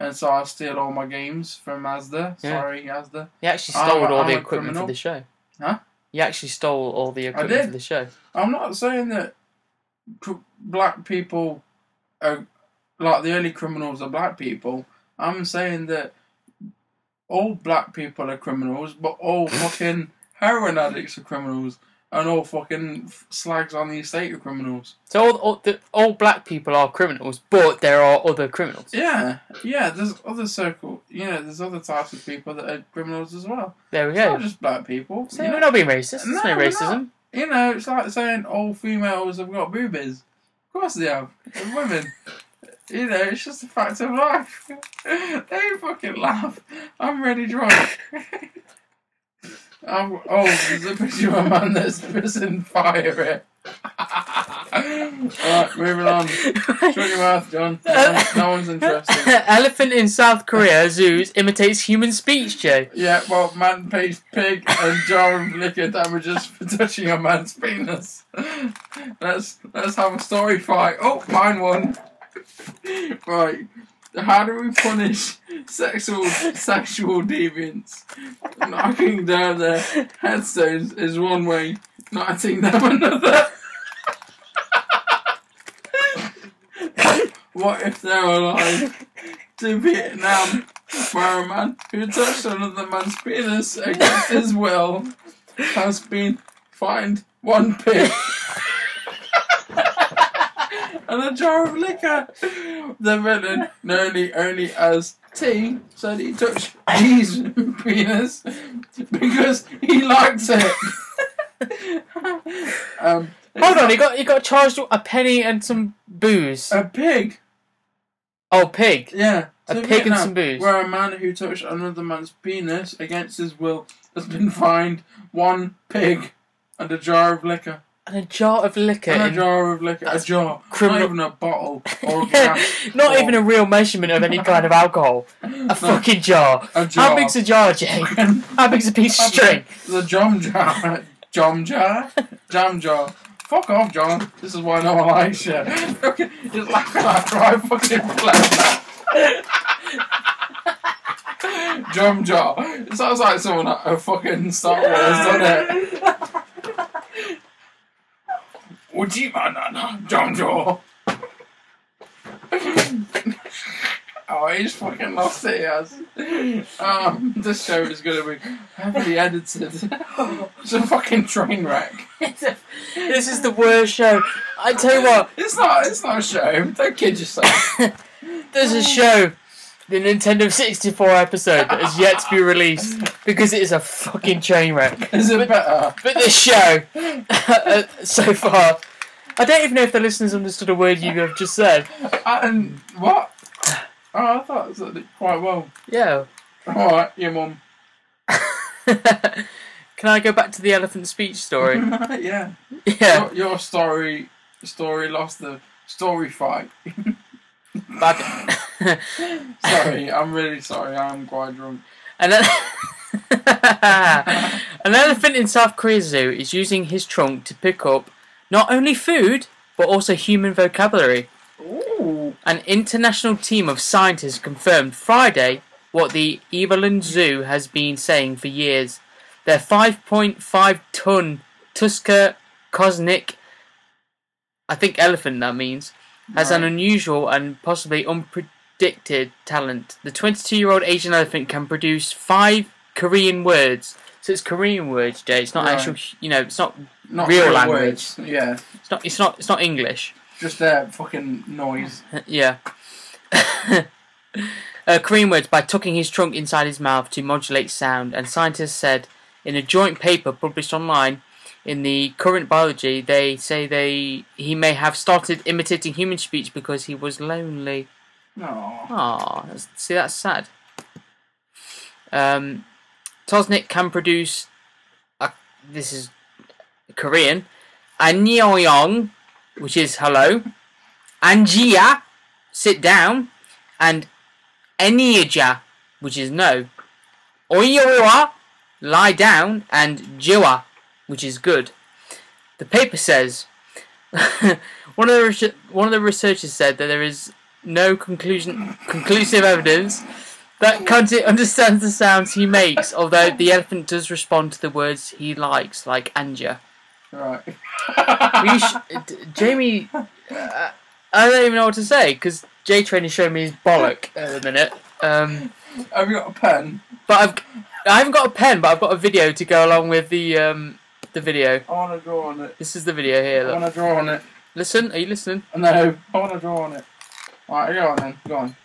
and so I steal all my games from Asda. Yeah. Sorry, Asda. He actually I'm- stole all I'm the a equipment criminal. for the show. Huh? He actually stole all the equipment did. for the show. I'm not saying that cr- black people are like the only criminals are black people. I'm saying that all black people are criminals, but all fucking heroin addicts are criminals, and all fucking f- slags on the estate are criminals. So all, all, the, all black people are criminals, but there are other criminals. Yeah, yeah. There's other circle. You know, there's other types of people that are criminals as well. There we It's go. not just black people. So you, we're know? not being racist. There's no, No, we're racism. you know, it's like saying all females have got boobies. Of course they have. They're women. You know, it's just a fact of life. they fucking laugh. I'm really drunk. I'm, oh, there's a picture of a man that's pissing fire it. Alright, moving on. Shut your mouth, John. No, one- no one's interested. Elephant in South Korea zoos imitates human speech, Joe. Yeah, well, man pays pig and John Liquor damages for touching a man's penis. Let's let's have a story fight. Oh, mine won. Right, how do we punish sexual sexual deviants? Knocking down their headstones is one way. Knocking them another. what if they're alive? To Vietnam where a man who touched another man's penis against his will has been fined one pig and a jar of liquor. The villain, known only as T, said he touched his penis because he liked it. um, Hold on, he got he got charged a penny and some booze. a pig. Oh, pig. Yeah. A So pig and Vietnam, some booze. Where a man who touched another man's penis against his will has been fined one pig and a jar of liquor. And a jar of liquor. And a in- jar of liquor. A jar. criminal- Not even a bottle or a Yeah, glass. not or even a real measurement of any kind of alcohol. A fucking jar. a How jar. big's a jar, Jay? How big's a piece of string? The jam jar. Jam jar? Jam jar. Fuck off, John. This is why no one likes you. Fucking- Just laugh at that dry fucking flesh. Jam jar. It sounds like someone at a fucking Star Wars, doesn't it? Would you mind that? Jam jar. Oh, he's fucking lost it, yes. Um, this show is going to be heavily edited. it's a fucking train wreck. This is the worst show. I tell you what, It's not. It's not a show. Don't kid yourself. there's a show, the Nintendo 64 episode that is yet to be released because it is a fucking train wreck. Is it better? But this show, uh, so far, I don't even know if the listeners understood a word you have just said. And Uh, um, what? Oh, I thought it did quite well. Yeah. All right, your mum. Can I go back to the elephant speech story? yeah. Yeah, Your, your story. Story lost the story fight. bad. Sorry, I'm really sorry. I'm quite drunk. An, ele- An elephant in South Korea Zoo is using his trunk to pick up not only food, but also human vocabulary. Ooh. An international team of scientists confirmed Friday what the Evelyn Zoo has been saying for years. Their 5.5 ton Tusker Cosmic, I think elephant that means, has an Right. unusual and possibly unpredicted talent. The 22 year old Asian elephant can produce five Korean words. So it's Korean words, Jay. It's not Right. actual, you know, it's not Not Real real language. Words. Yeah. it's not it's not it's not English. Just their fucking noise. Yeah. uh, Kareem words by tucking his trunk inside his mouth to modulate sound, and scientists said in a joint paper published online in the current biology, they say they he may have started imitating human speech because he was lonely. No. Ah, see, that's sad. Um, Tosnik can produce. A, this is Korean. Annyeong, which is hello. Angia, sit down. And Enyeja, which is no. Oyoa, lie down. And Jiwa, which is good. The paper says. one of the research- one of the researchers said that there is no conclusion conclusive evidence that Kunti understands the sounds he makes, although the elephant does respond to the words he likes, like Anja. Right. You sh- d- Jamie, uh, I don't even know what to say because J Train is showing me his bollock at the minute. Um, Have you got a pen? but I've I haven't got a pen, but I've got a video to go along with the um, the video. I want to draw on it. This is the video here. I Look. want to draw on it. Listen, are you listening? No, I want to draw on it. Alright, go on then. Go on.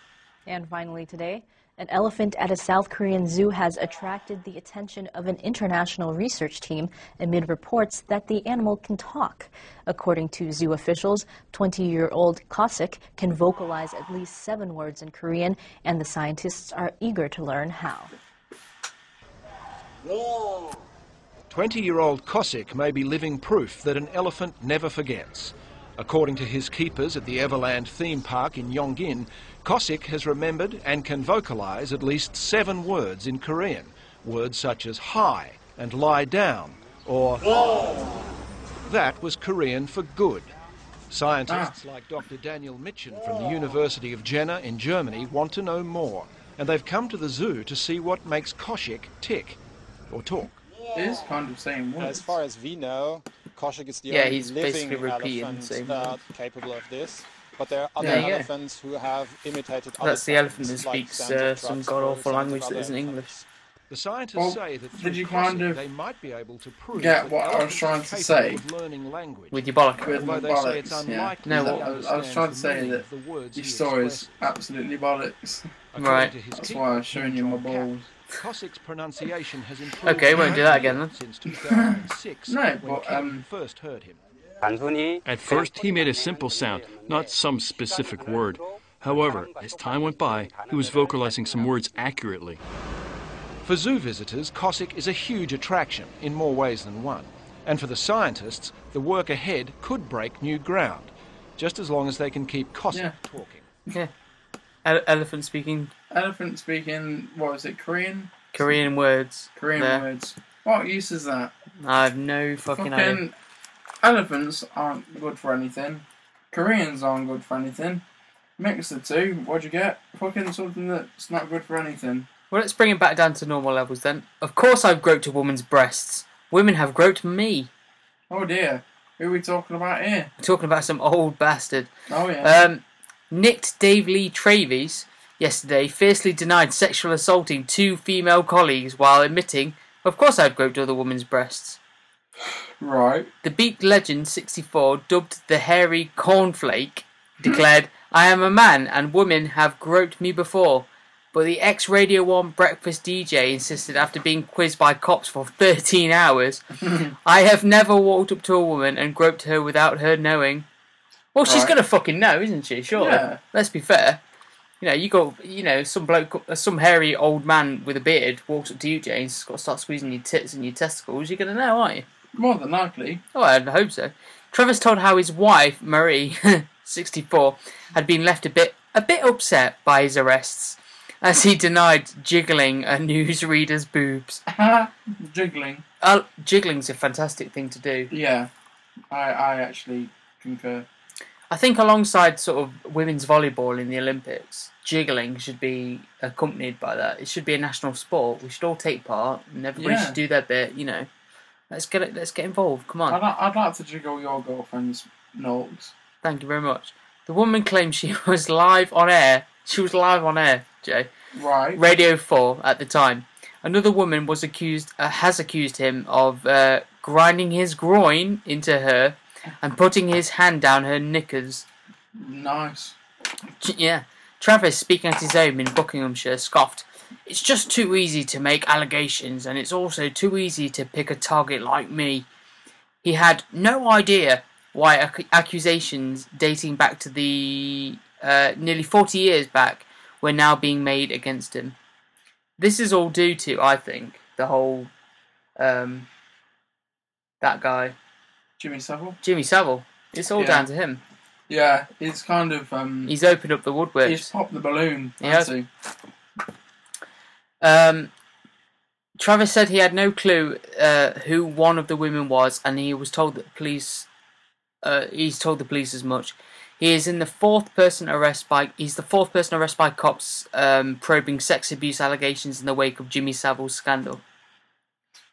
And finally, today, an elephant at a South Korean zoo has attracted the attention of an international research team amid reports that the animal can talk. According to zoo officials, 20 year old Cossack can vocalize at least seven words in Korean, and the scientists are eager to learn how. 20 year old Cossack may be living proof that an elephant never forgets. According to his keepers at the Everland theme park in Yongin, Cossack has remembered and can vocalise at least seven words in Korean. Words such as hi and lie down or. That was Korean for good. Scientists like Dr. Daniel Mitchin from the University of Jena in Germany want to know more, and they've come to the zoo to see what makes Koshik tick or talk. It is kind of saying words. As far as we know, Koshik is the Yeah, only he's living basically repeating the elephant same that capable of this. But there are other There you go. elephants who have imitated other That's the elephant that sounds, like speaks sounds of uh, some trucks god or awful sounds of language that other isn't elephants. English. The scientists Well, say that did through you crossing, kind of they might be able to prove get that what I was elephants are trying to capable say? of learning language. With your bollock. With my Although they say it's bollocks, yeah. unlikely No, they what- I was, I was understand trying to the say meaning that of the words your he story is expresses. absolutely bollocks. According Right. to his That's keeper, why I was showing you my John Capp, balls. Cossack's pronunciation has improved. Okay, won't do that again greatly Since 2006, No, when but, Capp um, first heard him. At first, he made a simple sound, not some specific word. However, as time went by, he was vocalizing some words accurately. For zoo visitors, Cossack is a huge attraction in more ways than one. And for the scientists, the work ahead could break new ground, just as long as they can keep Cossack Yeah. talking. Yeah. Ele- elephant speaking Elephant speaking, what is it, Korean? Korean words. Korean there. words. What use is that? I have no fucking idea. Fucking elephants aren't good for anything. Koreans aren't good for anything. Mix the two, what'd you get? Fucking something that's not good for anything. Well, let's bring it back down to normal levels then. Of course, I've groped a woman's breasts. Women have groped me. Oh dear, who are we talking about here? We're talking about some old bastard. Oh yeah. Um, nicked Dave Lee Travies yesterday fiercely denied sexual assaulting two female colleagues while admitting, "Of course, I've groped other women's breasts." right. The Beak Legend 64, dubbed the Hairy Cornflake, declared, I am a man and women have groped me before. But the ex Radio 1 breakfast DJ insisted after being quizzed by cops for 13 hours, I have never walked up to a woman and groped her without her knowing. Well, she's Right. going to fucking know, isn't she? Sure. Yeah. Let's be fair. You know, you got, you know, some bloke, uh, some hairy old man with a beard walks up to you, James, has got to start squeezing your tits and your testicles. You're going to know, aren't you? More than likely. Oh, I hope so. Travis told how his wife Marie, 64, had been left a bit a bit upset by his arrests, as he denied jiggling a newsreader's boobs. Ha! Jiggling. Uh, jiggling's a fantastic thing to do. Yeah. I I actually concur. I think alongside sort of women's volleyball in the Olympics, jiggling should be accompanied by that. It should be a national sport. We should all take part, and everybody Yeah. should do their bit. You know, let's get it. Let's get involved. Come on. I'd, li- I'd like to jiggle your girlfriend's nulls. Thank you very much. The woman claimed she was live on air. She was live on air, Jay. Right. Radio 4 at the time. Another woman was accused, uh, has accused him of uh, grinding his groin into her and putting his hand down her knickers. Nice. T- Yeah. Travis, speaking at his home in Buckinghamshire, scoffed, It's just too easy to make allegations, and it's also too easy to pick a target like me. He had no idea why ac- accusations dating back to the uh, nearly 40 years back were now being made against him. This is all due to, I think, the whole. Um, that guy, Jimmy Savile. Jimmy Savile. It's all Yeah. down to him. Yeah, it's kind of um, He's opened up the woodworks. he's popped the balloon. He has has. he? Um, Travis said he had no clue uh, who one of the women was, and he was told that police. Uh, he's told the police as much. He is in the fourth person arrest by. He's the fourth person arrest by cops um, probing sex abuse allegations in the wake of Jimmy Savile's scandal.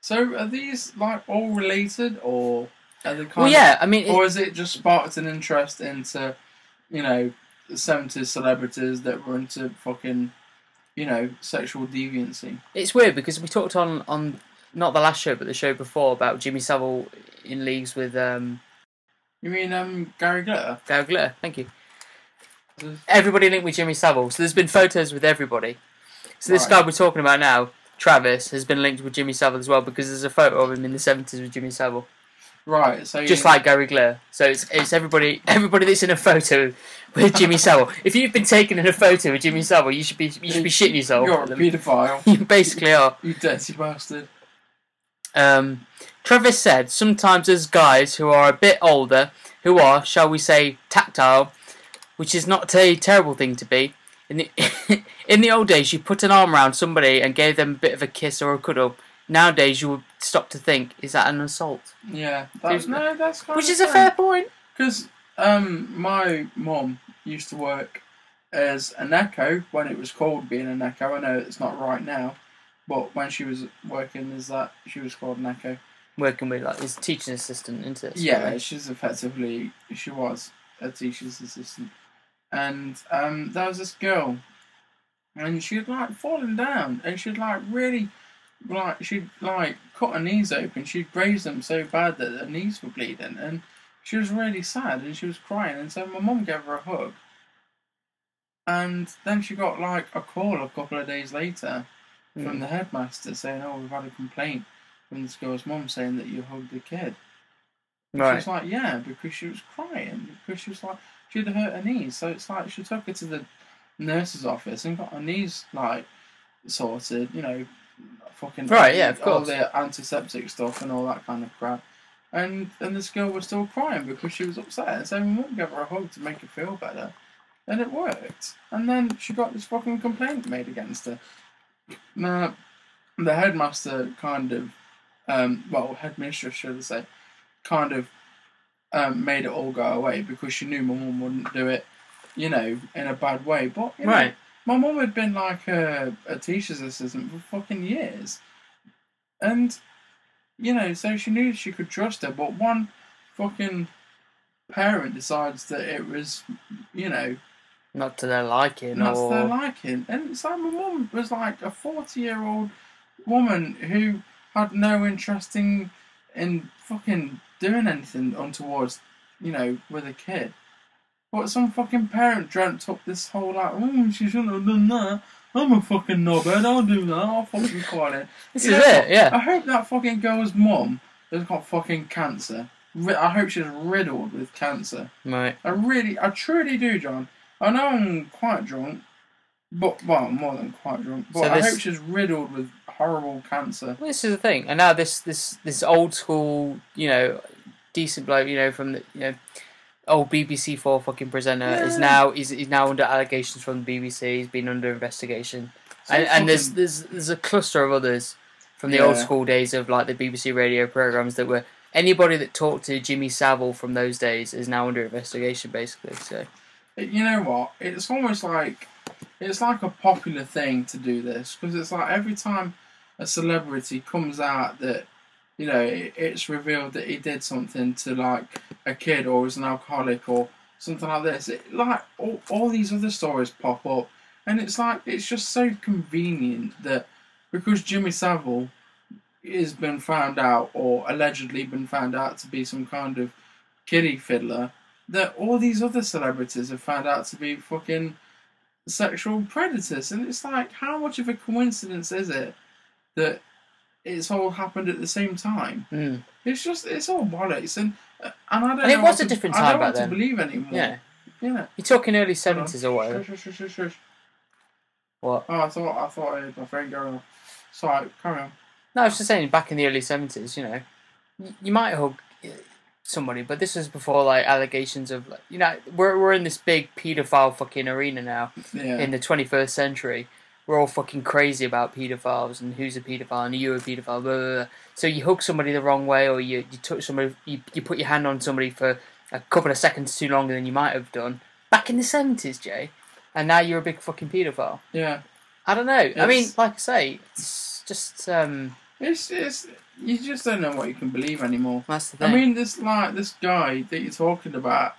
So are these like all related, or are they kind Well, of, yeah, I mean, it- or is it just sparked an interest into, you know, seventies celebrities that were into fucking, you know, sexual deviancy? It's weird because we talked on on not the last show but the show before about Jimmy Savile in leagues with um, You mean um Gary Glitter? Gary Glitter. Thank you. Everybody linked with Jimmy Savile. So there's been photos with everybody. So this Right. guy we're talking about now, Travis, has been linked with Jimmy Savile as well because there's a photo of him in the 70s with Jimmy Savile, Right. So just you- like Gary Glare. So it's it's everybody everybody that's in a photo with Jimmy Savile. If you've been taken in a photo with Jimmy Savile, you should be you should be shitting yourself. you're a paedophile. you basically are. You dirty bastard. Um, Travis said, sometimes there's guys who are a bit older, who are, shall we say, tactile, which is not a terrible thing to be. In the, in the old days, you put an arm around somebody and gave them a bit of a kiss or a cuddle. Nowadays, you would stop to think, is that an assault? Yeah. That's, Seems- no, that's kind Which of is a fair. fair point. Because um, my mom used to work as an echo when it was called being an echo. I know it's not right now, but when she was working as that, she was called an echo. Working with, like, his teaching assistant, isn't it? Yeah, she's effectively she was a teacher's assistant, and um, there was this girl, and she'd like fallen down, and she'd like really, like she'd like cut her knees open. She'd grazed them so bad that her knees were bleeding, and she was really sad, and she was crying. And so my mum gave her a hug, and then she got like a call a couple of days later from the headmaster saying, "Oh, we've had a complaint." From this girl's mum saying that you hugged the kid. She Right. was like, yeah, because she was crying, because she was like, she'd hurt her knees. So it's like she took her to the nurse's office and got her knees, like, sorted, you know, fucking. Right, yeah, of All course. the antiseptic stuff and all that kind of crap. And and this girl was still crying because she was upset. And so we went and gave her a hug to make her feel better. And it worked. And then she got this fucking complaint made against her. Now, the headmaster kind of, um, well, headmistress, should I say, kind of um, made it all go away because she knew my mum wouldn't do it, you know, in a bad way. But you know, Right. my mum had been like a, a teacher's assistant for fucking years, and you know, so she knew she could trust her. But one fucking parent decides that it was, you know, Not to their liking, not to or... their liking, and so my mum was like a forty-year-old woman who had no interest in, in fucking doing anything untowards, you know, with a kid. But some fucking parent dreamt up this whole like, oh, she shouldn't have done that. I'm a fucking knobhead. I'll do that. I'll fucking call it. This You is know it, what? yeah. I hope that fucking girl's mum has got fucking cancer. Ri- I hope she's riddled with cancer. Right. I really, I truly do, John. I know I'm quite drunk, but well, more than quite drunk. But So I this- hope she's riddled with horrible cancer. Well, this is the thing, and now this this this old school, you know, decent bloke, you know, from the you know, old BBC Four fucking presenter is Yeah. now is is now under allegations from the BBC. He's been under investigation, So and and there's fucking- there's there's a cluster of others from the old Yeah. school days of like the BBC radio programs that were anybody that talked to Jimmy Savile from those days is now under investigation, basically. So You know what? It's almost like it's like a popular thing to do this because it's like every time a celebrity comes out that you know it- it's revealed that he did something to like a kid or was an alcoholic or something like this. It, like all, all these other stories pop up, and it's like it's just so convenient that because Jimmy Savile has been found out or allegedly been found out to be some kind of Kitty Fiddler that all these other celebrities have found out to be fucking sexual predators. And it's like, how much of a coincidence is it that it's all happened at the same time? Mm. It's just, it's all bollocks. And, uh, and I don't And it know was what a to- different I time don't back want then. to believe anymore. Yeah. Yeah. You're talking early Hold on. 70s or whatever. Shush, shush, shush, shush. What? Oh, I thought I thought I had my phone going off. Sorry, carry on. No, I was just saying, back in the early 70s, you know, y- you might hug uh, somebody, but this was before, like, allegations of, like, you know, we're, we're in this big paedophile fucking arena now Yeah. in the 21st century. We're all fucking crazy about paedophiles and who's a paedophile and are you a paedophile, blah, blah, blah. So you hug somebody the wrong way or you, you touch somebody, you, you put your hand on somebody for a couple of seconds too longer than you might have done back in the 70s, Jay. And now you're a big fucking paedophile. yeah. I don't know. I mean, It's- like I say, it's just, um, It's it's you just don't know what you can believe anymore. that's the thing. I mean, this like this guy that you're talking about.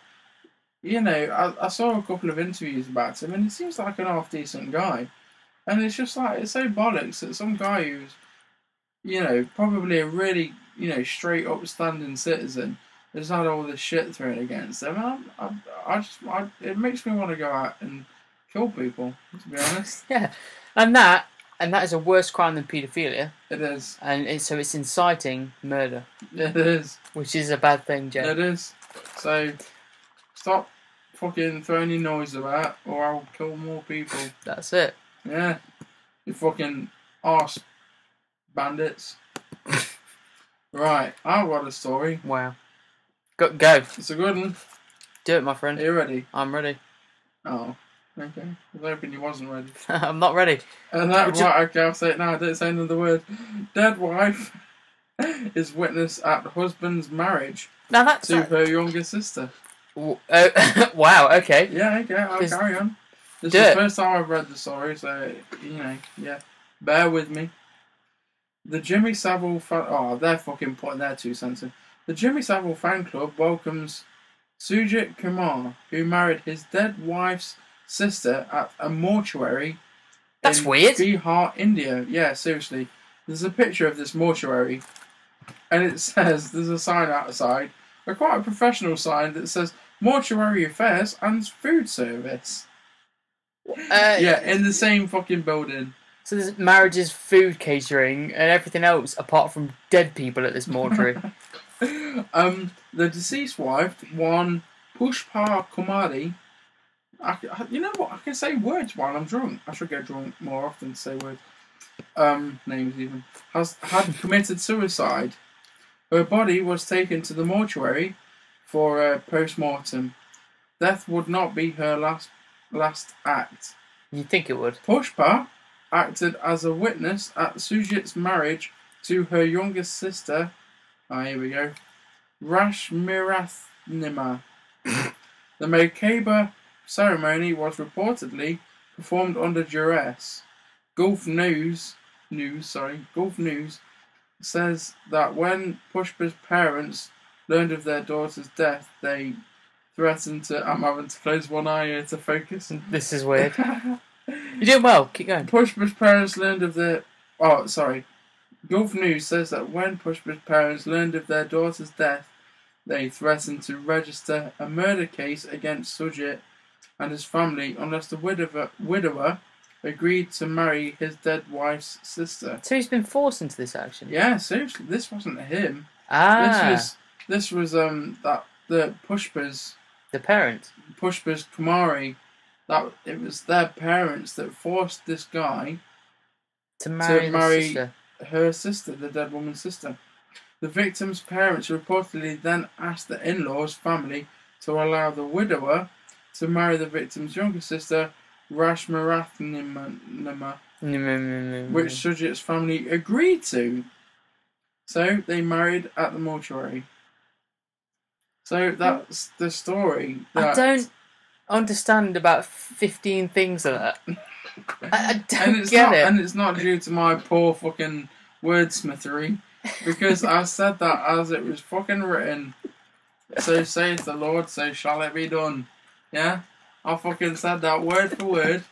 You know, I, I saw a couple of interviews about him, and he seems like an half decent guy. And it's just like it's so bollocks that some guy who's, you know, probably a really you know straight upstanding citizen has had all this shit thrown against them. And I, I, I just I, it makes me want to go out and kill people. To be honest, Yeah, and that and that is a worse crime than paedophilia, it is. and it, so it's inciting murder, It is. which is a bad thing, Jay. It is. So stop fucking throwing your noise about, or I'll kill more people. That's it. Yeah, you fucking arse bandits. right, I've got a story. Wow. Go, go, It's a good one. do it, my Are friend. you ready? I'm ready. Oh, okay. I was hoping you wasn't ready. I'm not ready. And that Would right, you- okay, I'll say it now. Don't say another word. Dead wife is witness at husband's marriage Now that's to that, her younger sister. w- oh, wow. Okay. Yeah, okay, I'll Just carry on. This do is the it. first time I've read the story, so you know, yeah. Bear with me. The Jimmy Savile fan oh they're fucking putting their two cents in. The Jimmy Savile fan club welcomes Sujit Kumar, who married his dead wife's sister at a mortuary. That's in weird. Bihar, India. Yeah, seriously. There's a picture of this mortuary, and it says there's a sign outside, a quite a professional sign that says mortuary affairs and food service. Uh, Yeah, in the same fucking building. So there's marriages, food catering, and everything else apart from dead people at this mortuary. Um, the deceased wife, one Pushpa Kumari. I, c- I- you know what? I can say words while I'm drunk. I should get drunk more often to say words. Um, names even has had committed suicide. Her body was taken to the mortuary for a post-mortem. Death would not be her last last act. You'd think it would. Pushpa acted as a witness at Sujit's marriage to her youngest sister. Ah, here we go. Rashmirathnima. the Makeba ceremony was reportedly performed under duress. Gulf News, news, sorry, Gulf News says that when Pushpa's parents learned of their daughter's death, they threatened to. I'm having to close one eye here to focus. This is weird. You're doing well. Keep going. Pushpa's parents learned of their. Oh, sorry. Gulf News says that when Pushpa's parents learned of their daughter's death, they threatened to register a murder case against Sujit and his family unless the widower, widower agreed to marry his dead wife's sister. So he's been forced into this action. Yeah, seriously, this wasn't him. Ah, This was this was um that the Pushpa's the parents. Pushpa's Kumari. That it was their parents that forced this guy To marry, the marry- sister. her sister, the dead woman's sister. The victim's parents reportedly then asked the in law's family to allow the widower to marry the victim's younger sister, Rashmarathnima, which Mm. Sujit's family agreed to. So they married at the mortuary. So that's the story. I that- don't understand about 15 things of that. I, I don't and it's get not, it. And it's not due to my poor fucking wordsmithery, because I said that as it was fucking written. So saith the Lord, so shall it be done. Yeah, I fucking said that word for word.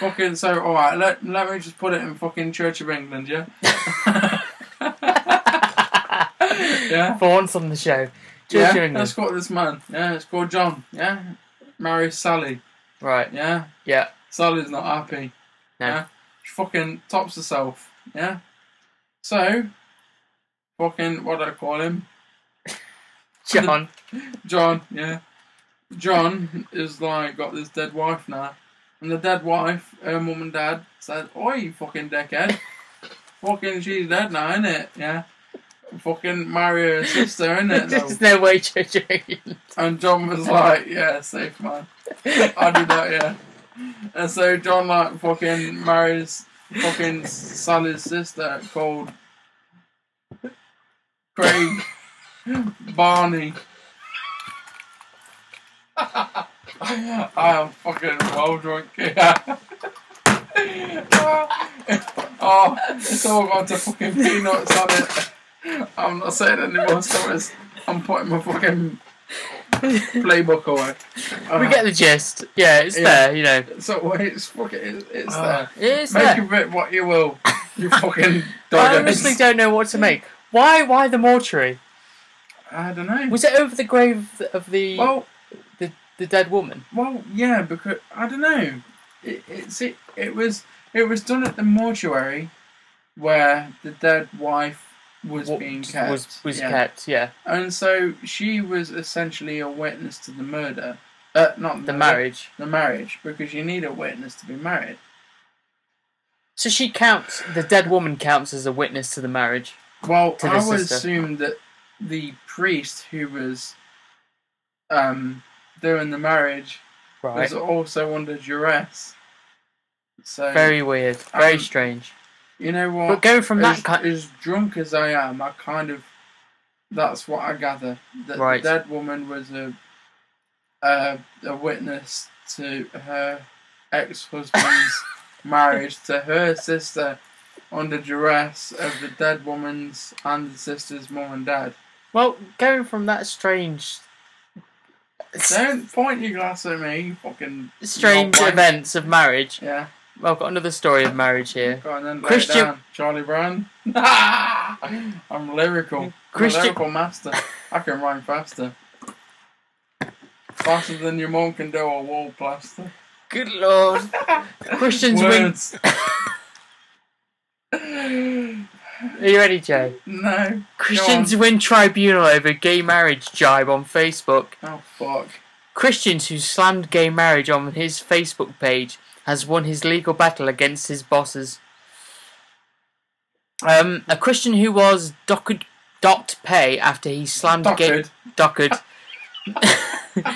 Fucking so. All right, let let me just put it in fucking Church of England. Yeah. Yeah. for once on the show. George Yeah, England. let's call this man. Yeah, it's called John. Yeah, marries Sally. Right. Yeah, Yeah. Sally's not happy. No. Yeah, she fucking tops herself. Yeah, so fucking what do I call him? John. John. Yeah, John is like got this dead wife now, and the dead wife, her mum and dad said, "Oi, you fucking dickhead! fucking, she's dead now, isn't it? Yeah." Fucking marry her sister, innit? There's no way George England. And John was like, "Yeah, safe man. I do that, yeah." And so John like fucking marries fucking Sally's sister called Craig Barney. I am fucking well drunk. Yeah. oh, it's all gone to fucking peanuts on it. I'm not saying anymore, so it's, I'm putting my fucking playbook away. We get the gist. Yeah, it's Yeah. there, you know. So it's fucking it's, it's there. Uh, It's Make there. of it what you will. You fucking I doggos. honestly don't know what to make. Why why the mortuary? I don't know. Was it over the grave of the, of the, Well, the, the dead woman? well, yeah, because I don't know. It, it's it, it was it was done at the mortuary where the dead wife was What being kept. Was, was yeah. kept, yeah. And so she was essentially a witness to the murder. Uh, not The murder, marriage. The marriage, because you need a witness to be married. So she counts, the dead woman counts as a witness to the marriage. Well, to the I would sister. assume that the priest who was um, doing the marriage Right. was also under duress. So Very weird. Very Um, strange. you know what? But going from that as, kind- as drunk as I am, I kind of that's what I gather that Right. the dead woman was a a, a witness to her ex husband's marriage to her sister under duress of the dead woman's and the sister's mum and dad. Well, going from that strange, Don't point your glass at me, you fucking strange knob. events of marriage. Yeah. Well, I've got another story of marriage here. Go on then, lay Christian- down, Charlie Brown. I'm lyrical. I'm a Christian- lyrical master. I can rhyme faster. Faster than your mum can do a wall plaster. Good lord. Christian's wing. Words. Are you ready, Jay? No. Christians win tribunal over gay marriage jibe on Facebook. Go on. Oh fuck. Christians who slammed gay marriage on his Facebook page has won his legal battle against his bosses. Um, a Christian who was docked, docked pay after he slammed gay Docked. docked.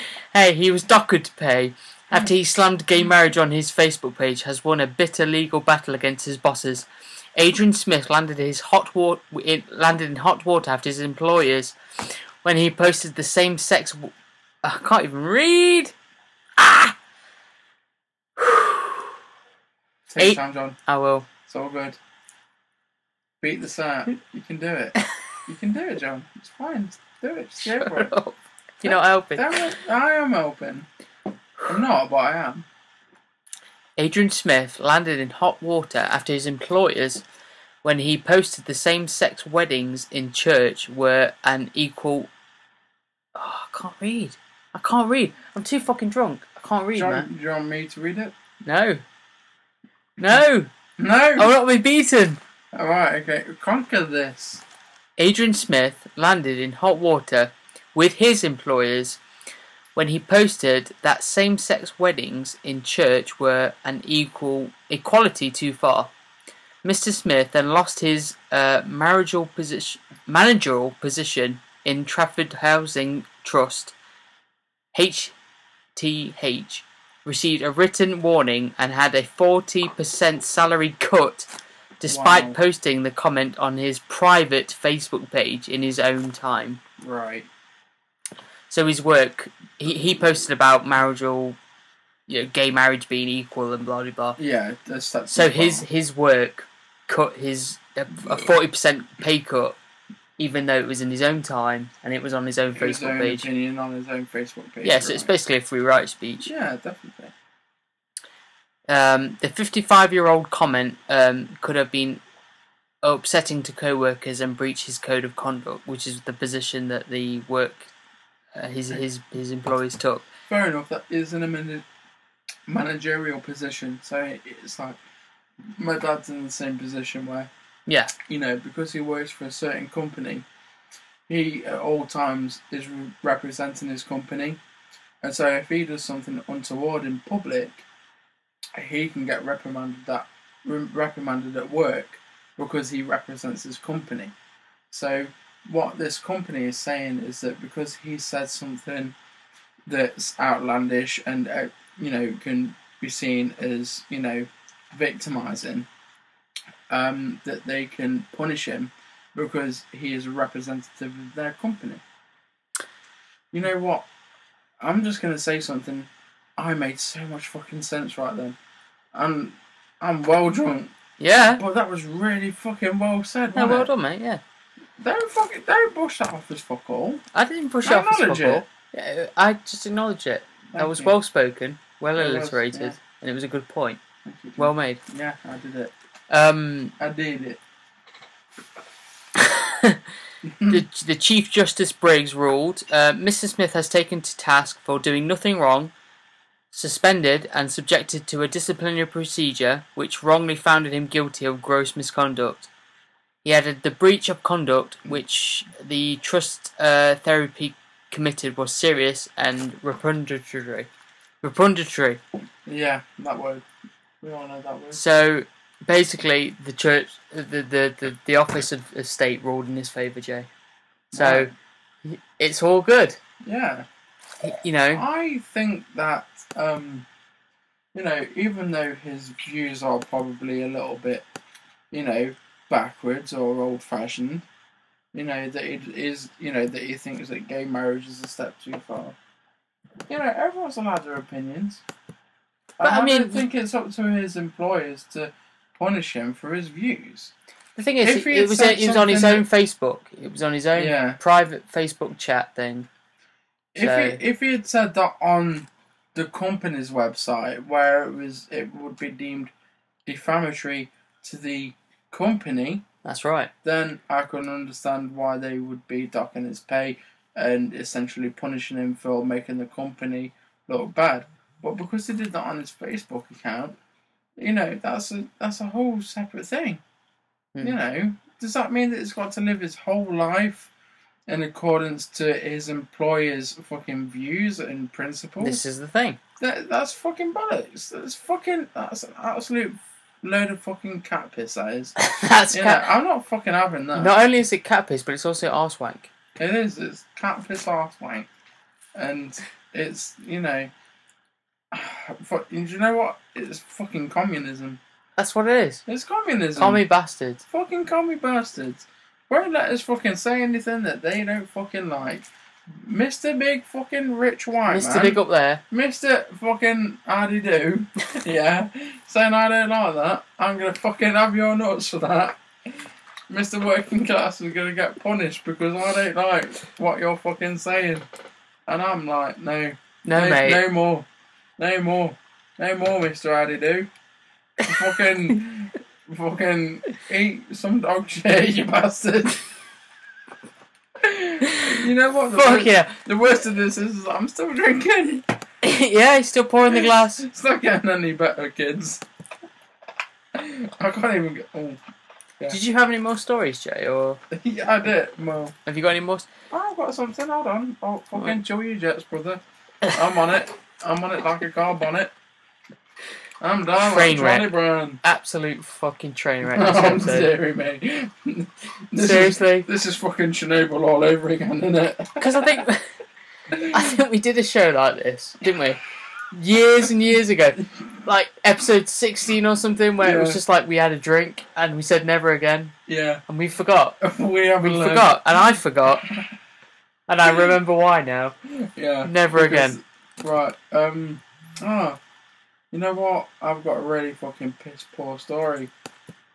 hey, he was docked pay after he slammed gay marriage on his Facebook page has won a bitter legal battle against his bosses. Adrian Smith landed his hot wa- in- landed in hot water after his employers when he posted the same sex. W- I can't even read. Take Eight- your time, John. I will. It's all good. Beat this out. You can do it. You can do it, John. It's fine. Just do it. Just go for it. You're not helping. Damn it, I am open. I'm not, but I am. Adrian Smith landed in hot water after his employers when he posted the same sex weddings in church were an equal. Oh, I can't read. I can't read. I'm too fucking drunk. I can't read, Do you, man. want, do you want me to read it? No. No! No! I'll not be beaten! Alright, okay. Conquer this. Adrian Smith landed in hot water with his employers when he posted that same sex weddings in church were an equal equality too far. Mr. Smith then lost his uh, marital position, managerial position in Trafford Housing Trust, HTH, received a written warning and had a 40% salary cut despite Wow. posting the comment on his private Facebook page in his own time. Right. So his work, he, he posted about marital, you know, gay marriage being equal and blah blah blah. Yeah, that's that's So not his wrong. his work cut his a forty percent pay cut, even though it was in his own time and it was on his own his Facebook own page. opinion on his own Facebook page. Yeah, so it's right. basically a free right of speech. Yeah, definitely. Um, the 55 year old comment um, could have been upsetting to co-workers and breach his code of conduct, which is the position that the work uh, his his his employees took. Fair enough. That is in a mana- managerial position, so it's like my dad's in the same position where Yeah, you know because he works for a certain company, he at all times is re- representing his company, and so if he does something untoward in public, he can get reprimanded that re- reprimanded at work because he represents his company. So what this company is saying is that because he said something that's outlandish and uh, you know can be seen as you know victimizing, um, that they can punish him because he is a representative of their company. You know what? I'm just gonna say something. I made so much fucking sense right then. I'm I'm well drunk, yeah. but that was really fucking well said. No, wasn't well it? done, mate. Yeah, Don't fucking don't brush that off as fuck all. I didn't push I off his acknowledge football. it. Yeah, I just acknowledge it. I Thank was you. well spoken, well It was, illustrated, yeah. and it was a good point. Thank you, Jim. Well made. yeah, I did it. Um, I did it. the, the Chief Justice Briggs ruled uh, Mr. Smith has taken to task for doing nothing wrong, suspended and subjected to a disciplinary procedure which wrongly founded him guilty of gross misconduct. He added the breach of conduct which the trust uh, therapy committed was serious and repugnatory. Repugnatory. Yeah, that word. We all know that word. So basically, the church, the the the, the office of, of state ruled in his favour, Jay. So it's all good, Yeah, you know. I think that um, you know, even though his views are probably a little bit, you know, backwards or old-fashioned, you know that it is, you know, that he thinks that gay marriage is a step too far. You know, everyone's allowed their opinions. But, I I, mean- don't think it's up to his employers to punish him for his views. The thing is, If it, he had it was said it was on his something own Facebook. It was on his own Yeah. private Facebook chat thing. If So- he, if he had said that on the company's website, where it was, it would be deemed defamatory to the company, That's right. then I can understand why they would be docking his pay and essentially punishing him for making the company look bad. But because he did that on his Facebook account, you know that's a that's a whole separate thing. Hmm. You know, does that mean that he's got to live his whole life in accordance to his employer's fucking views and principles? This is the thing. That, that's fucking bollocks. That's fucking that's an absolute load of fucking cat piss. That is. That's Yeah, cat. I'm not fucking having that. Not only is it cat piss, but it's also arsewank. It is. It's cat piss off, wank. And it's, you know. fu- Do you know what? It's fucking communism. That's what it is. It's communism. Commie bastard. Fucking commie bastards. Won't let us fucking say anything that they don't fucking like. Mr. Big fucking rich white Mr. man. Big up there. Mr. fucking Hardy Do. yeah. Saying I don't like that. I'm gonna fucking have your nuts for that. Mr. Working Class is gonna get punished because I don't like what you're fucking saying. And I'm like, no. No, mate. No more. No more. No more, Mr. Hardy Do. Fucking. fucking eat some dog shit, you bastard. you know what? The Fuck worst- yeah. The worst of this is I'm still drinking. yeah, he's still pouring the glass. It's not getting any better, kids. I can't even get. Oh, Did you have any more stories, Jay, or yeah, I did. Well, oh, have you got any more? s- I've got something. Hold on. I'll fucking chill you jets, brother. I'm on it. I'm on it like a car bonnet. I'm down Train like Johnny wreck. Brown. Absolute fucking train wreck. This I'm episode. sorry, mate. This Seriously? Is, this is fucking Chernobyl all over again, isn't it? Because I think I think we did a show like this, didn't we? Years and years ago, like episode sixteen or something, where it was Yeah. just like we had a drink and we said never again, Yeah. and we forgot, We haven't we learned. forgot, and I forgot, and I remember why now. Yeah. Never because- again. Right. Um. Ah. You know what? I've got a really fucking piss poor story.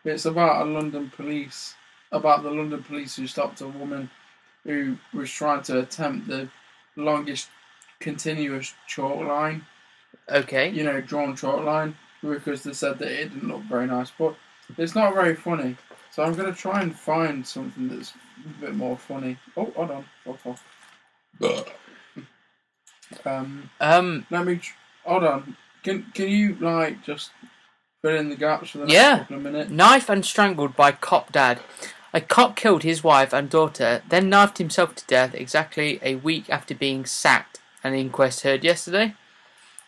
It's about a London police. About the London police who stopped a woman who was trying to attempt the longest continuous chalk line. Okay, You know, drawn chalk line because they said that it didn't look very nice. But it's not very funny. So I'm going to try and find something that's a bit more funny. Oh, hold on. Fuck off. Um, Um, let me. Tr- hold on. Can Can you like just fill in the gaps for the next Yeah. couple of minutes? knife and strangled by cop dad. A cop killed his wife and daughter, then knifed himself to death exactly a week after being sacked. An inquest heard yesterday.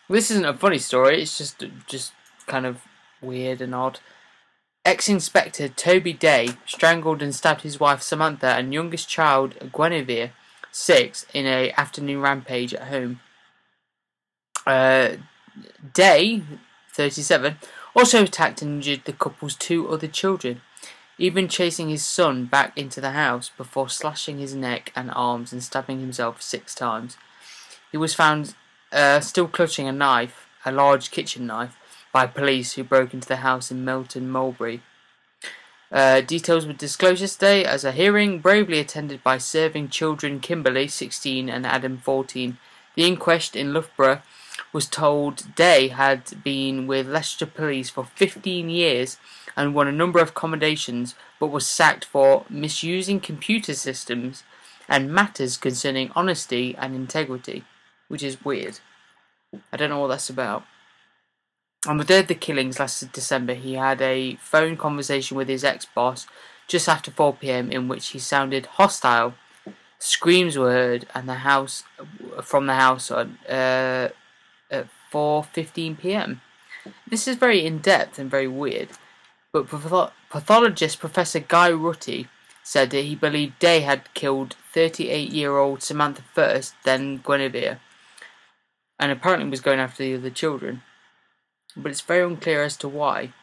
This isn't a funny story. It's just just kind of weird and odd. Ex-inspector Toby Day strangled and stabbed his wife Samantha and youngest child Guinevere, six, in a afternoon rampage at home. Uh, Day, 37, also attacked and injured the couple's two other children, even chasing his son back into the house before slashing his neck and arms and stabbing himself six times. He was found uh, still clutching a knife, a large kitchen knife, by police who broke into the house in Milton Mulberry. Uh, details were disclosed yesterday as a hearing bravely attended by serving children Kimberly, 16, and Adam, 14. The inquest in Loughborough was told Day had been with Leicester Police for 15 years and won a number of commendations, but was sacked for misusing computer systems and matters concerning honesty and integrity, which is weird. I don't know what that's about. On the day of the killings last December, he had a phone conversation with his ex boss just after 4 pm in which he sounded hostile. Screams were heard and the house from the house on, uh, at 4:15 p.m. This is very in depth and very weird, but patho- pathologist Professor Guy Rutty said that he believed Day had killed 38-year-old Samantha first, then Guinevere, and apparently was going after the other children. But it's very unclear as to why.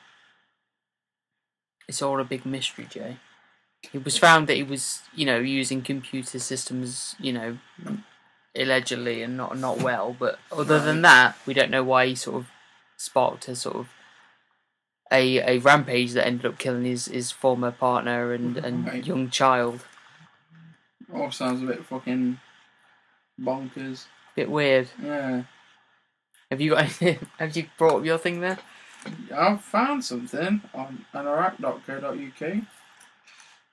It's all a big mystery, Jay. It was found that he was, you know, using computer systems, you know, allegedly and not not well. But other than that, we don't know why he sort of sparked a sort of a a rampage that ended up killing his his former partner and and Right. young child. All Oh, sounds a bit fucking bonkers. Bit weird. Yeah. Have you got? have you brought up your thing there? I've found something on anorak.co.uk.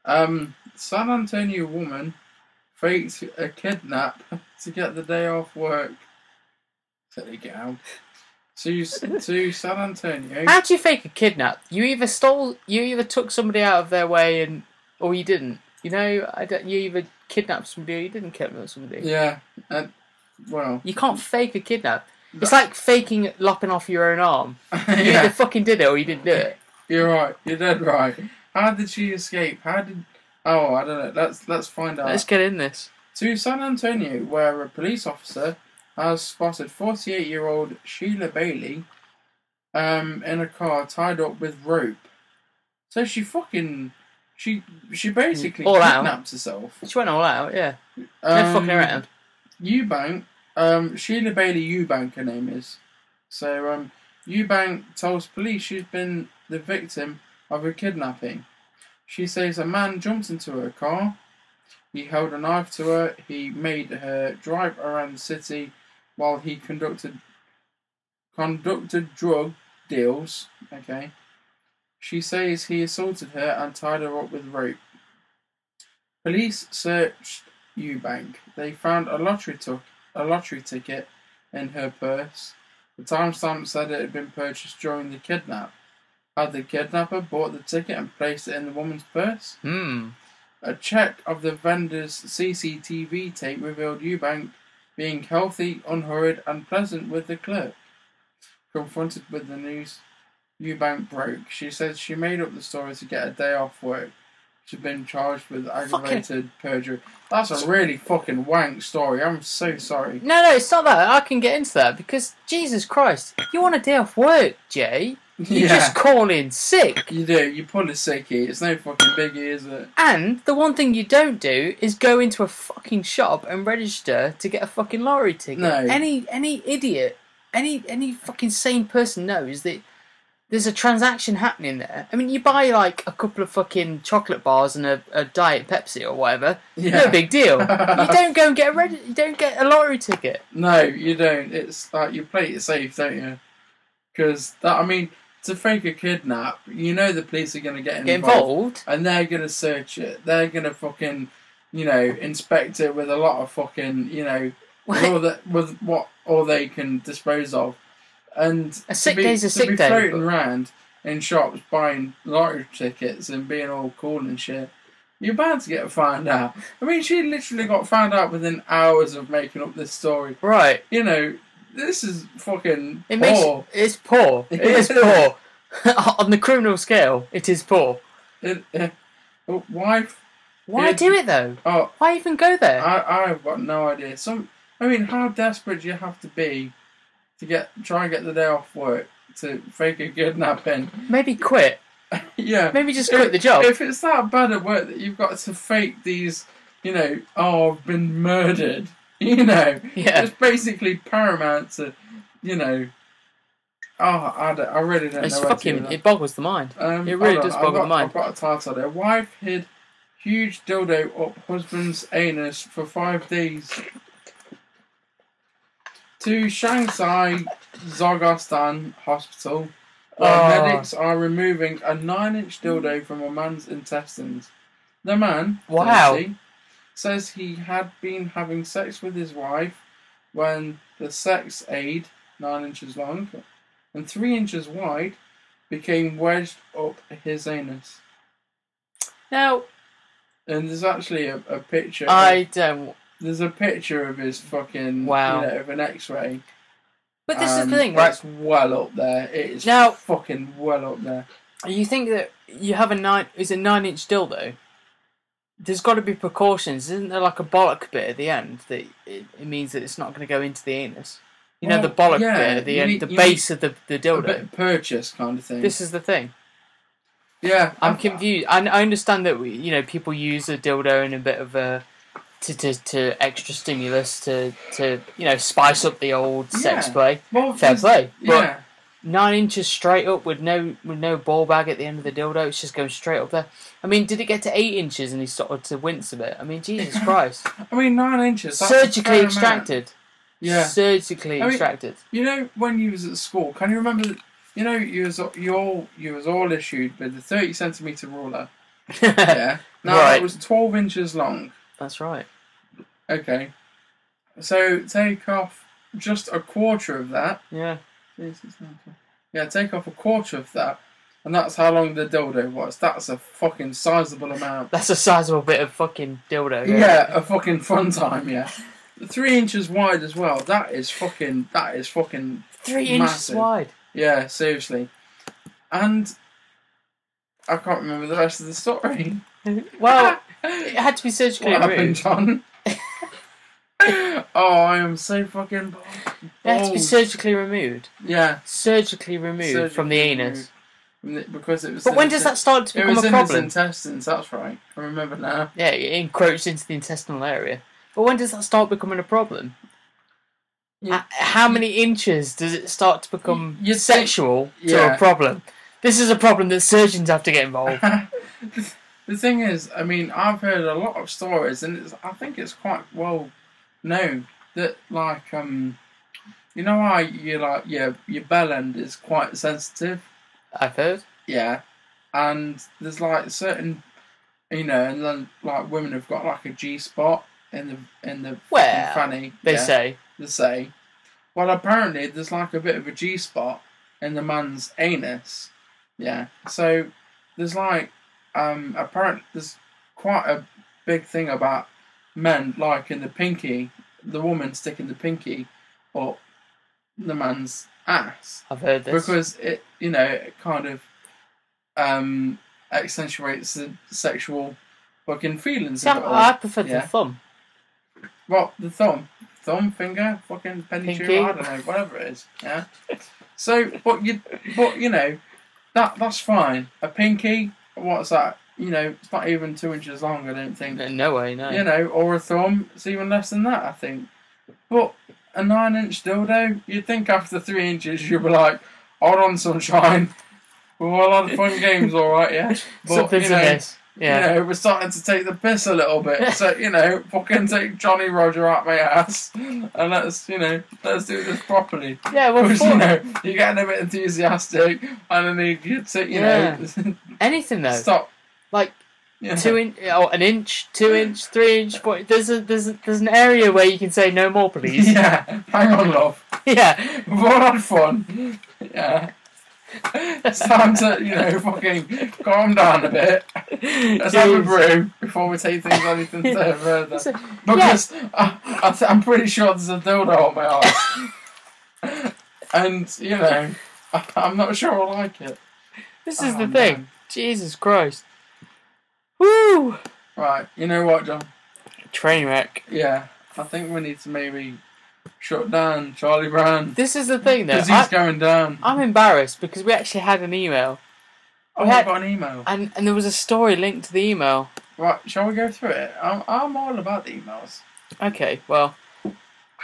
Um, San Antonio woman faked a kidnap to get the day off work. There you go. To, to San Antonio. How do you fake a kidnap? You either stole, you either took somebody out of their way, and or you didn't. You know, I don't, you either kidnapped somebody or you didn't kidnap somebody. Yeah. And, well. You can't fake a kidnap. It's like faking lopping off your own arm. You either yeah. fucking did it or you didn't do it. You're right. You're dead right. How did she escape? How did? Oh, I don't know. Let's let's find out. Let's get in this. to San Antonio, where a police officer has spotted 48-year-old Sheila Bailey um, in a car tied up with rope. So she fucking she she basically All out. kidnaps herself. She went all out, yeah. No Um, fucking around. Eubank, um, Sheila Bailey Eubank, her name is. So um, Eubank tells police she's been the victim of a kidnapping. She says a man jumped into her car. He held a knife to her. He made her drive around the city while he conducted conducted drug deals. Okay. She says he assaulted her and tied her up with rope. Police searched Eubank. They found a lottery tuck, a lottery ticket in her purse. The timestamp said it had been purchased during the kidnap. Had the kidnapper bought the ticket and placed it in the woman's purse? Hmm. A check of the vendor's CCTV tape revealed Eubank being healthy, unhurried, and pleasant with the clerk. Confronted with the news, Eubank broke. She said she made up the story to get a day off work. She'd been charged with aggravated perjury. That's a really fucking wank story. I'm so sorry. No, no, it's not that. I can get into that because Jesus Christ, you want a day off work, Jay? You Yeah. just call in sick. You do. You pull a sickie. It's no fucking biggie, is it? And the one thing you don't do is go into a fucking shop and register to get a fucking lorry ticket. No. Any any idiot, any any fucking sane person knows that there's a transaction happening there. I mean, you buy like a couple of fucking chocolate bars and a, a diet Pepsi or whatever. Yeah. No big deal. you don't go and get a reg- you don't get a lottery ticket. No, you don't. It's like you play it safe, don't you? Because that, I mean, to fake a kidnap, you know the police are going to get Get involved, involved. and they're going to search it. They're going to fucking, you know, inspect it with a lot of fucking, you know, with all that with what all they can dispose of. And A sick to be, day's a to sick be day, floating but- around in shops buying lottery tickets and being all cool and shit. You're bound to get found out. I mean, she literally got found out within hours of making up this story. Right. You know, this is fucking It makes poor. it's poor. It is poor. On the criminal scale, it is poor. It, eh, but why? Why Yeah. do it though? Oh, Why even go there? I, I've got no idea. Some, I mean, how desperate do you have to be to get try and get the day off work to fake a kidnapping? Maybe quit. Yeah, Maybe just quit the job. If it's that bad at work that you've got to fake these, you know, oh, I've been murdered. You know, Yeah. it's basically paramount to, you know. Oh, I, don't- I really don't It's know. where to fucking. with that. It boggles the mind. Um, it really hold on, does I've boggle got- the mind. I've got a title there. Wife hid huge dildo up husband's anus for five days. To Shanghai Zagastan Hospital, where Oh. medics are removing a nine-inch dildo from a man's intestines. The man, Wow. 30, says he had been having sex with his wife when the sex aid, nine inches long and three inches wide, became wedged up his anus. Now And there's actually a, a picture. I don't. there's a picture of his fucking Wow. you know, of an X-ray. But this is and the thing, right? It's well up there. It is Now- fucking well up there. You think that you have a nine is a nine inch dildo. There's got to be precautions, isn't there? Like a bollock bit at the end that it, it means that it's not going to go into the anus. You know Well, the bollock Oh, yeah, bit at the you end, need- the you base of the the A bit dildo. of purchase kind of thing. This is the thing. yeah, I'm I- confused. I, I understand that we, you know people use a dildo and a bit of a to, to, to extra stimulus to, to you know spice up the old sex Yeah. play. Well, Fair there's- play. Yeah, But nine inches straight up with no with no ball bag at the end of the dildo. It's just going straight up there. I mean, did it get to eight inches and he started to wince a bit? I mean, Jesus Christ! I mean nine inches. that's a fair Surgically amount. extracted. Yeah, Surgically I mean- extracted. You know when you was at school, can you remember? That, you know you was you all you was all issued with the thirty centimeter ruler. Yeah. Now Right. it was twelve inches long. That's right. Okay. So take off just a quarter of that. Yeah. This is not- Yeah, take off a quarter of that, and that's how long the dildo was. That's a fucking sizable amount. That's a sizable bit of fucking dildo. Yeah, a fucking fun time. Yeah. Three inches wide as well. That is fucking. That is fucking Three inches Massive. wide. Yeah, seriously. And I can't remember the rest of the story. Well, it had to be surgically What happened, removed. John? oh, I am so fucking. It had to be bald. surgically removed. Yeah, Surgically removed from the Surgically anus. removed. And it- because it was. But in when his- does that start to It become was a in his problem? intestines. That's right. I remember now. yeah, it encroached into the intestinal area. But when does that start becoming a problem? Yeah. Uh, how many inches does it start to become You'd think- sexual to Yeah. a problem? This is a problem that surgeons have to get involved. The thing is, I mean, I've heard a lot of stories, and it's, I think it's quite well known that, like, um, you know, how you like your your bell end is quite sensitive. I've heard. Yeah, and there's like certain, you know, and then like women have got like a G spot in the in the fucking Well, fanny. They yeah, say. they say. Well, apparently there's like a bit of a G spot in the man's anus. Yeah, so there's like um apparent there's quite a big thing about men liking the pinky, the woman sticking the pinky up the man's ass I've heard this. because it you know it kind of um accentuates the sexual fucking feelings See, of I, it all. I prefer the yeah. thumb. well the thumb thumb finger fucking penny Pinky. tube, i don't know whatever it is yeah so but you but you know that that's fine a pinky what's that you know it's not even two inches long i don't think No, no way, no. you know, or a thumb. It's even less than that, I think. But a nine inch dildo, you'd think after three inches you'd be like, hold on, sunshine. We've all had fun games, all right, yeah? But, Something's you know, amiss. Yeah. You know, we're starting to take the piss a little bit. so, you know, fucking take Johnny Roger out my ass and let's, you know, let's do this properly. Yeah, well, Because, you before know, you're getting a bit enthusiastic and then you get to, you know, anything though, stop. like Yeah. two inch, oh, an inch, two inch, three inch. Four, there's a there's a, there's an area where you can say no more, please. Yeah, hang on, love. yeah, We've all had fun. Yeah. It's time to, you know, fucking calm down a bit. Let's have a Jeez. brew before we take things anything further. So- Because I, I th- I'm pretty sure there's a dildo on my arse. and, you know, I, I'm not sure I like it. This is Oh, the no. thing. Jesus Christ. Woo! Right, you know what, John? Train wreck. Yeah, I think we need to maybe shut down Charlie Brown. This is the thing, though. Because he's I, going down. I'm embarrassed because we actually had an email, Oh, we I had- got an email. and, and there was a story linked to the email. Right, shall we go through it? I'm, I'm all about the emails. Okay, well,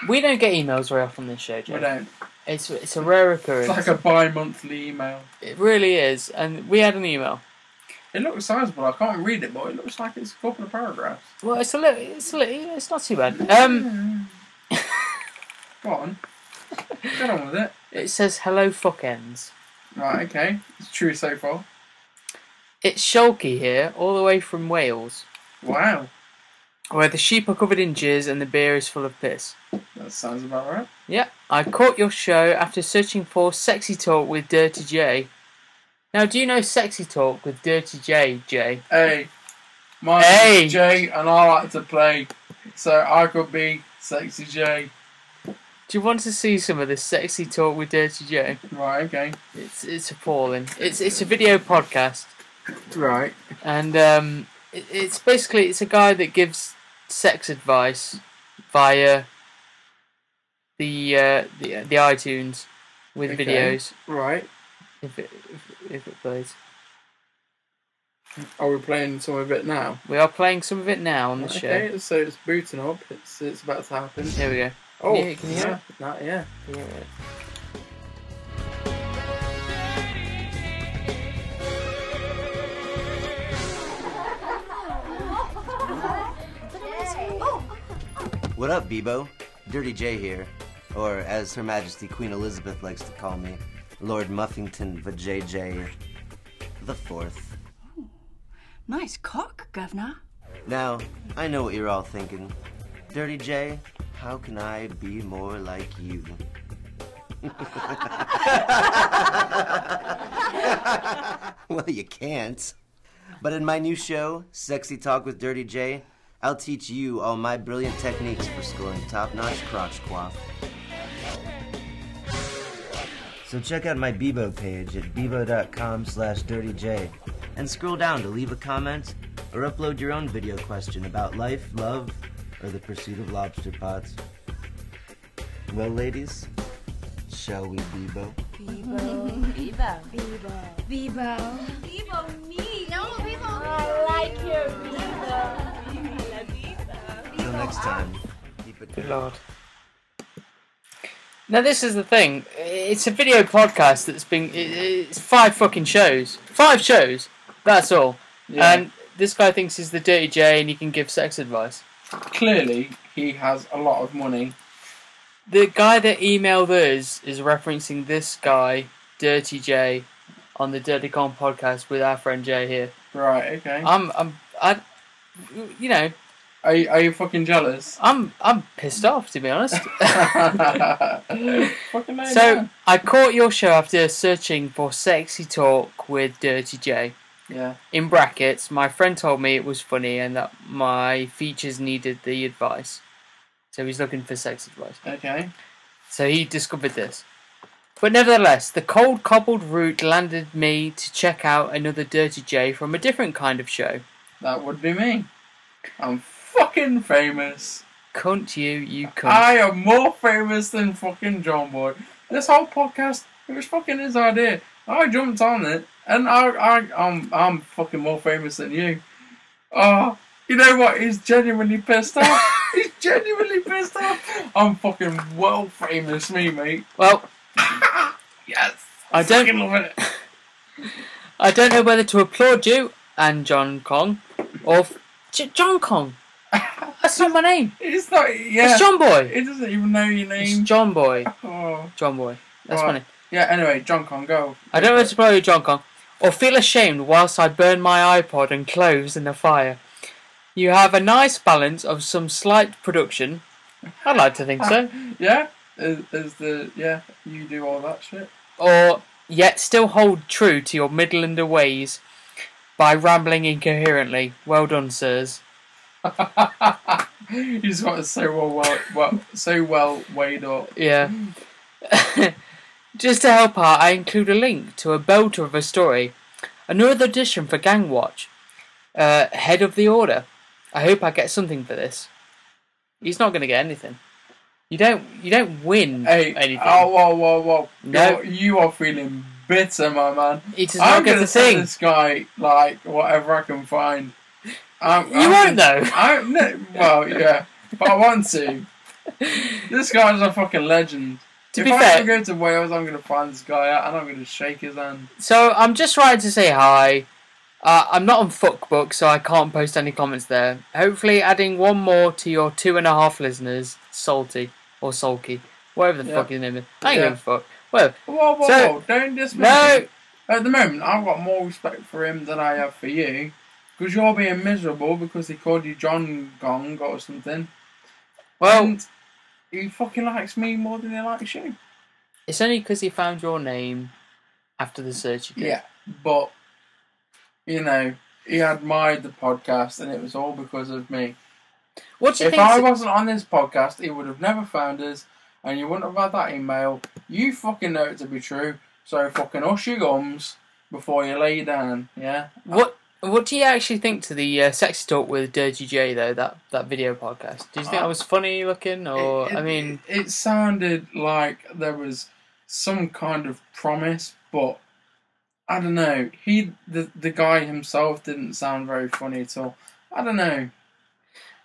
we don't get emails very often this show, We Joe. don't. It's it's a rare occurrence. It's like a bi monthly email. It really is, and we had an email. It looks sizable. I can't read it, but it looks like it's a couple of paragraphs. Well, it's a little, it's a little, it's not too bad. Um, Go on. Get on with it. it says hello fuckends. Right, okay. It's true so far. It's Shulky here, all the way from Wales, Wow. where the sheep are covered in jizz and the beer is full of piss. That sounds about right. Yeah, I caught your show after searching for Sexy Talk with Dirty J. Now, do you know Sexy Talk with Dirty J, Jay? Hey, my Hey. name's Jay, and I like to play, so I could be Sexy Jay. Do you want to see some of this Sexy Talk with Dirty J? Right, okay. It's it's appalling. It's it's a video podcast, Right. and um, it, it's basically it's a guy that gives sex advice via the uh, the the iTunes with Okay. videos. Right. If it, if, if it plays, Are we playing some of it now? we are playing some of it now on the show. Okay, so it's booting up. It's it's about to happen. Here we go. Oh, you- can you hear yeah, that- yeah. What up, Bebo? Dirty J here. Or, as Her Majesty Queen Elizabeth likes to call me, Lord Muffington VJJ the Fourth. Oh, Nice cock, Governor. Now, I know what you're all thinking. Dirty J, how can I be more like you? well, you can't. But in my new show, Sexy Talk with Dirty J, I'll teach you all my brilliant techniques for scoring top notch crotch quaff. So check out my Bebo page at bebo.com slash dirtyj and scroll down to leave a comment or upload your own video question about life, love, or the pursuit of lobster pots. Well, ladies, shall we Bebo? Till next time, keep it Lord. Now this is the thing. It's a video podcast that's been. it- It's five fucking shows. Five shows. That's all. Yeah. And this guy thinks he's the dirty J and he can give sex advice. Clearly, he has a lot of money. The guy that emailed us is referencing this guy, Dirty J, on the Dirty Con podcast with our friend Jay here. Right, okay. I'm, I'm, I, you know, Are you, are you fucking jealous? I'm, I'm pissed off to be honest. fucking no, So no. I caught your show after searching for sexy talk with Dirty J. Yeah. In brackets, my friend told me it was funny and that my features needed the advice. So he's looking for sex advice. Okay. So he discovered this. But nevertheless, the cold cobbled route landed me to check out another Dirty J from a different kind of show. That would be me. I'm fucking famous. Cunt you, you cunt. I am more famous than fucking John Boy. This whole podcast, it was fucking his idea. I jumped on it, and I, I, I'm, I'm fucking more famous than you. Oh, you know what? He's genuinely pissed off. He's genuinely pissed off. I'm fucking well famous, me mate. well, Yes, I fucking don't, love it. I don't know whether to applaud you and John Kong, or f- J- John Kong. That's not my name. It's not. Yeah. It's John Boy. It doesn't even know your It's name. John Boy. Oh. John Boy. That's Right. funny. Yeah. Anyway, John Con, go. I don't want to blow you, John Kong, or feel ashamed whilst I burn my iPod and clothes in the fire. You have a nice balance of some slight production. I'd like to think so. Yeah. Is, is the yeah? You do all that shit. Or yet still hold true to your Midlander ways by rambling incoherently. Well done, sirs. You just got it so well, well, well so well weighed up. Yeah. Just to help out, I include a link to a belter of a story. Another edition for Gang Watch. Uh, head of the Order. I hope I get something for this. He's not going to get anything. You don't. You don't win Hey, anything. oh, whoa, whoa, whoa! No. You're, you are feeling bitter, my man. He does not I'm get gonna the send thing. this guy like whatever I can find. I'm, You won't though. I no, well, yeah, but I want to. This guy's a fucking legend. To if be I fair- ever go to Wales, I'm gonna find this guy out and I'm gonna shake his hand. So I'm just writing to say hi. Uh, I'm not on Fuckbook, so I can't post any comments there. Hopefully, adding one more to your two and a half listeners, salty or sulky, whatever the Yeah. fuck his name is. I ain't Yeah. give a fuck. Well, Whoa, whoa, So- whoa! Don't dismiss. No. him. At the moment, I've got more respect for him than I have for you, because you're being miserable because he called you John Gong or something. well, and he fucking likes me more than he likes you. it's only because he found your name after the search. You did. Yeah, but you know, he admired the podcast, and it was all because of me. What do you If think? I wasn't on this podcast, he would have never found us, and you wouldn't have had that email. You fucking know it to be true, so fucking hush your gums before you lay down. Yeah, what What do you actually think to the uh, sexy talk with Dirty J though? That that video podcast. Do you think I was funny looking, or Uh, It- I mean, it, it sounded like there was some kind of promise, but I don't know. He, the the guy himself, didn't sound very funny at all. I don't know.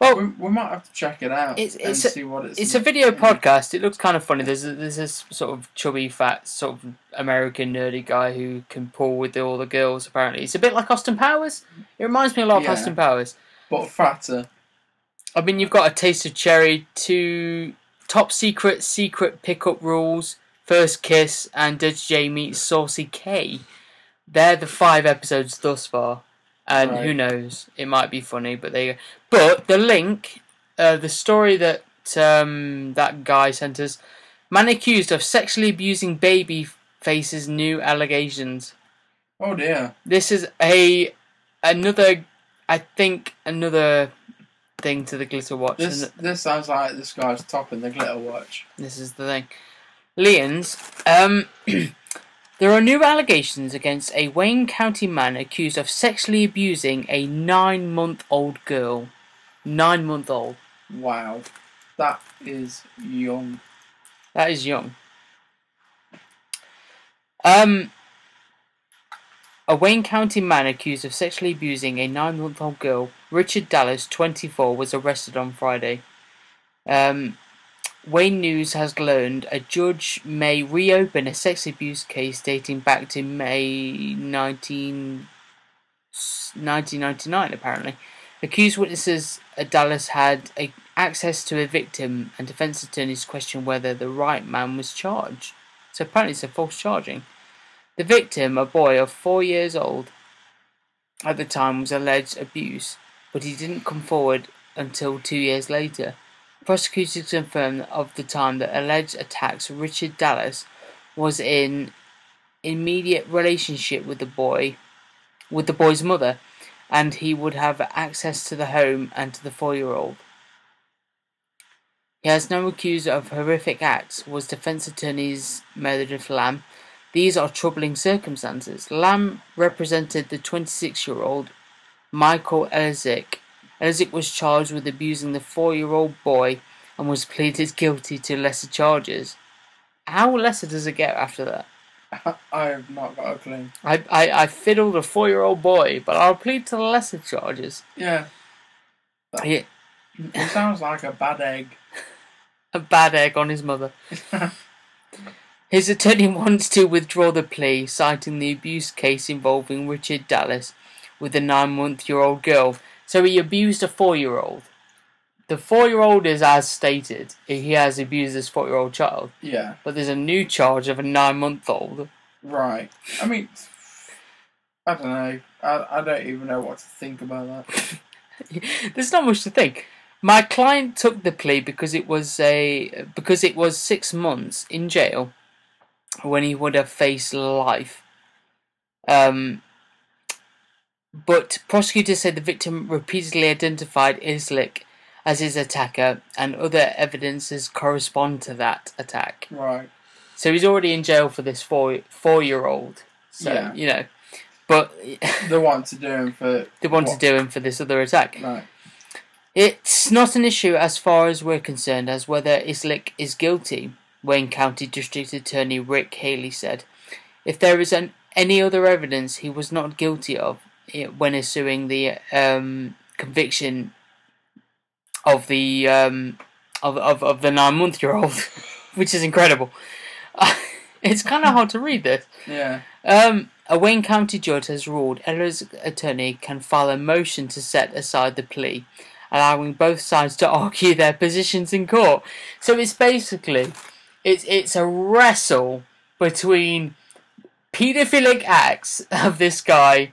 well, We, we might have to check it out It's- it's and a- see what it's. It's a video podcast. It looks kind of funny. There's a, there's this sort of chubby, fat, sort of American nerdy guy who can pull with all the girls. Apparently, it's a bit like Austin Powers. It reminds me a lot of Yeah. Austin Powers. but fatter. I mean, you've got a taste of cherry, two top secret, secret pickup rules, first kiss, and Dirty J meets Saucy K. They're the five episodes thus far, and Right. who knows? It might be funny, but they. But the link, uh, the story that um, that guy sent us, man accused of sexually abusing baby faces new allegations. Oh dear. This is a another, I think another thing to the glitter watch. This isn't it? this sounds like this guy's topping the glitter watch. This is the thing. Leons, um, there are new allegations against a Wayne County man accused of sexually abusing a nine month old girl. Nine month old. Wow, that is young. That is young. Um, a Wayne County man accused of sexually abusing a nine month old girl, Richard Dallas, 24, was arrested on Friday. Um, Wayne News has learned a judge may reopen a sex abuse case dating back to May 19, 1999, apparently. Accused witnesses at Dallas had a, access to a victim, and defense attorneys questioned whether the right man was charged. So apparently, it's a false charging. The victim, a boy of four years old, at the time was alleged abuse, but he didn't come forward until two years later. Prosecutors confirmed of the time that alleged attacks Richard Dallas was in immediate relationship with the boy, with the boy's mother, and he would have access to the home and to the four-year-old. He has no accused of horrific acts, was defense attorney's Meredith Lamb. These are troubling circumstances. Lamb represented the 26 year old Michael Elzick. Elzick was charged with abusing the four year old boy and was pleaded guilty to lesser charges. How lesser does it get after that? I have not got a clue. I, I, I fiddled a four year old boy, but I'll plead to the lesser charges. Yeah, He, he sounds like a bad egg. a bad egg on his mother. his attorney wants to withdraw the plea, citing the abuse case involving Richard Dallas, with a nine month year old girl. So he abused a four year old. The four year old is as stated, he has abused this four year old child. Yeah. But there's a new charge of a nine month old. Right. I mean, I don't know. I, I don't even know what to think about that. There's not much to think. My client took the plea because it was a because it was six months in jail when he would have faced life. Um, but prosecutors said the victim repeatedly identified Islik as his attacker, and other evidences correspond to that attack. Right. So he's already in jail for this four four year old. So Yeah. you know, but They want to do him for. they want what? to do him for this other attack. Right. It's not an issue as far as we're concerned as whether Islick is guilty, Wayne County District Attorney Rick Haley said. If there is an, any other evidence he was not guilty of eh, when issuing the um, conviction of the um, of, of, of the nine month year old, which is incredible. it's kind of hard to read this. Yeah. Um, a Wayne County judge has ruled Ella's attorney can file a motion to set aside the plea, allowing both sides to argue their positions in court. So it's basically it's it's a wrestle between paedophilic acts of this guy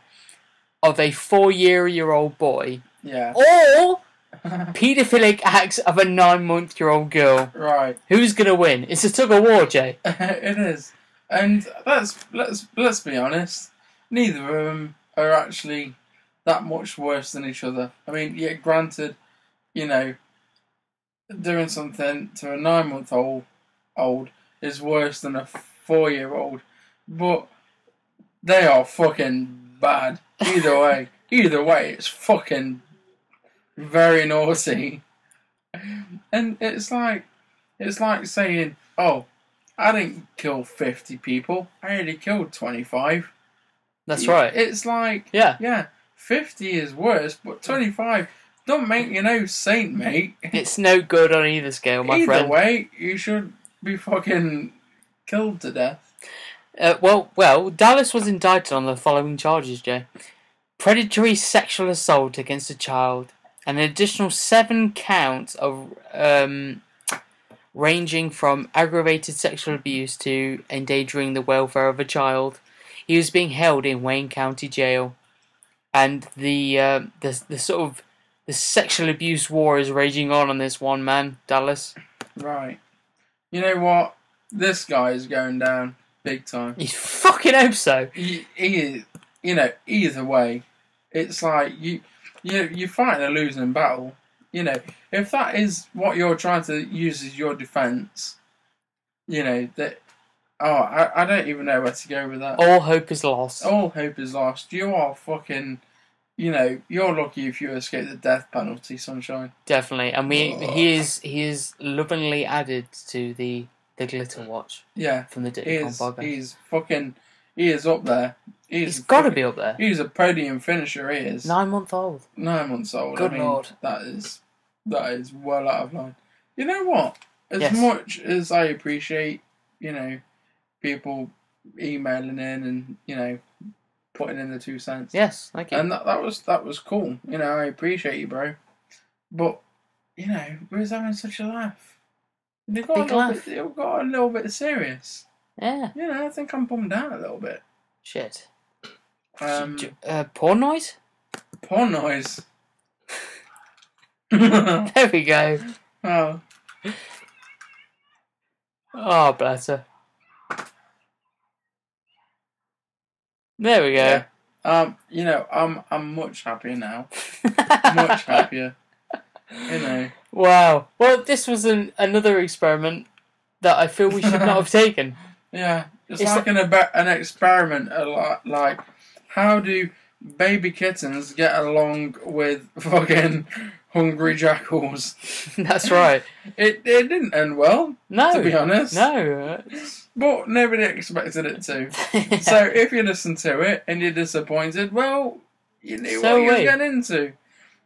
of a four year year old boy Yeah. or paedophilic acts of a nine month year old girl. Right. Who's gonna win? It's a tug of war, Jay. it is, and that's let's let's be honest. Neither of them are actually that much worse than each other. I mean, yeah, granted, you know, doing something to a nine-month-old old is worse than a four-year-old, but they are fucking bad either way. either way, it's fucking very naughty, and it's like it's like saying, "Oh, I didn't kill 50 people. I only killed 25. That's right. It's like, yeah. yeah, 50 is worse, but 25 don't make you no saint, mate. It's no good on either scale, my Either friend. way, you should be fucking killed to death. Uh, well, well, Dallas was indicted on the following charges, Jay: predatory sexual assault against a child, and an additional seven counts of um, ranging from aggravated sexual abuse to endangering the welfare of a child. He was being held in Wayne County Jail, and the uh, the the sort of the sexual abuse war is raging on on this one man, Dallas. Right. You know what? This guy is going down big time. You fucking hope so. he, he is- you know, either way, it's like you, you, you're fighting a losing battle. You know, if that is what you're trying to use as your defense, you know that. Oh, I, I don't even know where to go with that. All hope is lost. All hope is lost. You are fucking. You know, you're lucky if you escape the death penalty, sunshine. Definitely, and we Oh. he is he is lovingly added to the the glitter watch Yeah, from the he Dickon is, Bogger. he's fucking. He is up there. He is He's got to fucking- be up there. He's a podium finisher. He is. Nine month old. nine months old. Good I mean, lord. that is that is well out of line. You know what? As Yes. much as I appreciate, you know, people emailing in and you know putting in the two cents, Yes, thank you. and that, that was that was cool. You know, I appreciate you, bro. But you know, we was having such a laugh. They got a Big little laugh. bit. They got a little bit serious. yeah, You know, I think I'm bummed out a little bit. shit. Um, J- uh, porn noise. porn noise. There we go. oh. Oh, bless her. There we go. Yeah. Um, you know, I'm I'm much happier now. much happier. You know. Wow. Well, this was an, another experiment that I feel we should not have taken. Yeah. It's, It's like an ab- an experiment a lot like how do baby kittens get along with fucking hungry jackals? That's right. It it didn't end well, No. to be honest. No. But nobody expected it to. so if you listen to it and you're disappointed, well, you knew So what you were we. getting into.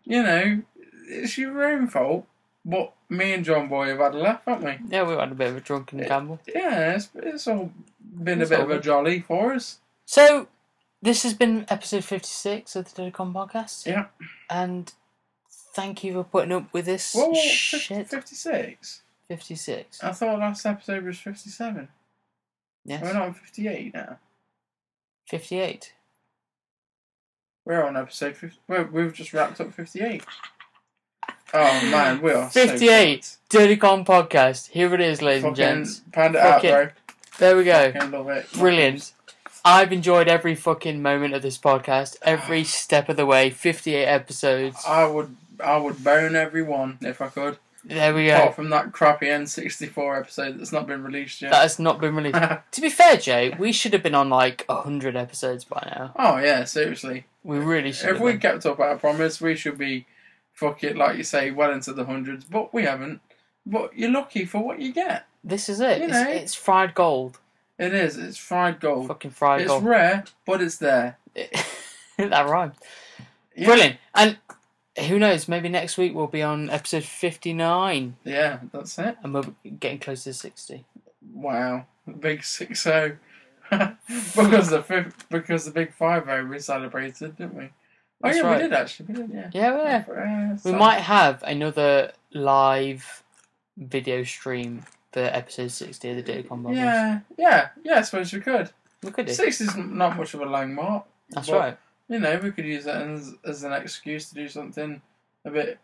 You know, it's your own fault. But me and John Boy have had a laugh, haven't we? Yeah, we had a bit of a drunken gamble. Yeah, it's, it's all been It's a bit all of a good. jolly for us. So, This has been episode 56 of the Dedicon podcast. Yeah. And thank you for putting up with this Whoa, shit. 56? 56. I thought last episode was 57. Yes. We're not on 58 now. 58. We're on episode 50. Well, we've just wrapped up 58. Oh man, we are so 58. Dedicon podcast. Here it is, ladies fucking and gents. Pound it Fuck out, it. bro. There we go. Fucking love it. Brilliant. I've enjoyed every fucking moment of this podcast, every step of the way. 58 episodes. I would, I would bone everyone if I could. There we go. Apart from that crappy N64 episode that's not been released yet. That has not been released. to be fair, Jay, we should have been on like 100 episodes by now. oh yeah, seriously. We really should If have we been. kept up our promise, we should be, fuck it, like you say, well into the hundreds. But we haven't. But you're lucky for what you get. This is it. You It's, know. it's fried gold. It is. It's fried gold. Fucking fried it's gold. rare, but it's there. that rhymes. Yeah. Brilliant. And who knows, maybe next week we'll be on episode 59 Yeah, that's it. and we're getting close to 60. Wow, the big six zero. because the fifth, because the big five zero we celebrated, didn't we? Oh That's yeah, right. we did actually. We did, yeah. Yeah, we have. Uh, We so- might have another live video stream for episode 60 of the Daily Combo. Yeah, yeah, yeah. I suppose we could. We could do. Six is not much of a landmark. That's but, right. You know, we could use that as, as an excuse to do something a bit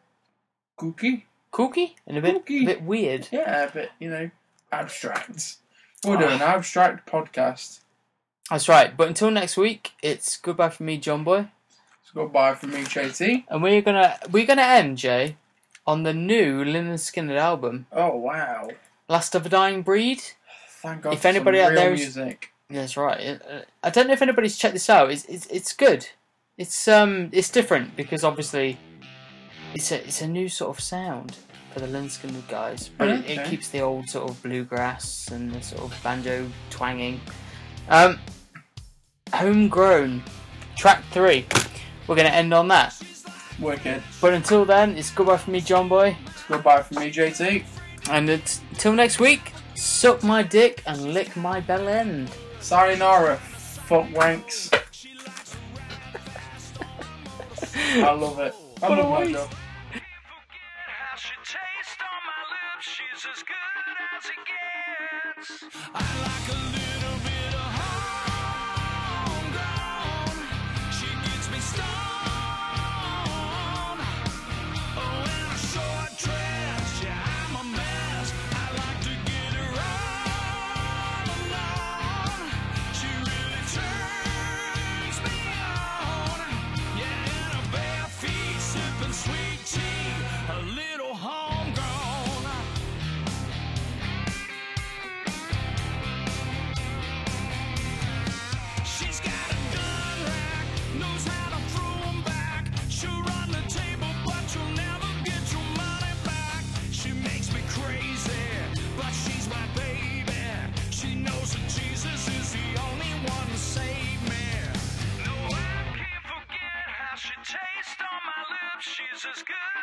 kooky. Kooky and a bit, Kooky. a bit weird. Yeah, Ah. a bit you know abstract. We'll do an abstract podcast. That's right. But until next week, it's goodbye from me, John Boy. So goodbye from me, JT. And we're gonna we're gonna end, Jay, on the new Lynyrd Skinner album. Oh wow! Last of a Dying Breed. Thank God. If for some anybody out real there is- music. That's right. Uh, I don't know if anybody's checked this out. It's it's, it's good. It's um it's different because obviously it's a it's a new sort of sound for the Linskin guys, but it, it Okay. keeps the old sort of bluegrass and the sort of banjo twanging. Um, homegrown, track three. We're gonna end on that. wicked. But until then, it's goodbye from me, John Boy, Goodbye from me, JT. and it's- until next week. Suck my dick and lick my bell end. Sayonara, fuck wanks. I love it. I What a love my waste. job. Sweet tea, a little homegrown. She's got a gun rack, knows how to throw 'em back. She'll run the table, but you'll never get your money back. She makes me crazy, but she's my baby. She knows that Jesus is the only one to save me. No, I can't forget how she tastes on my lips. She's as good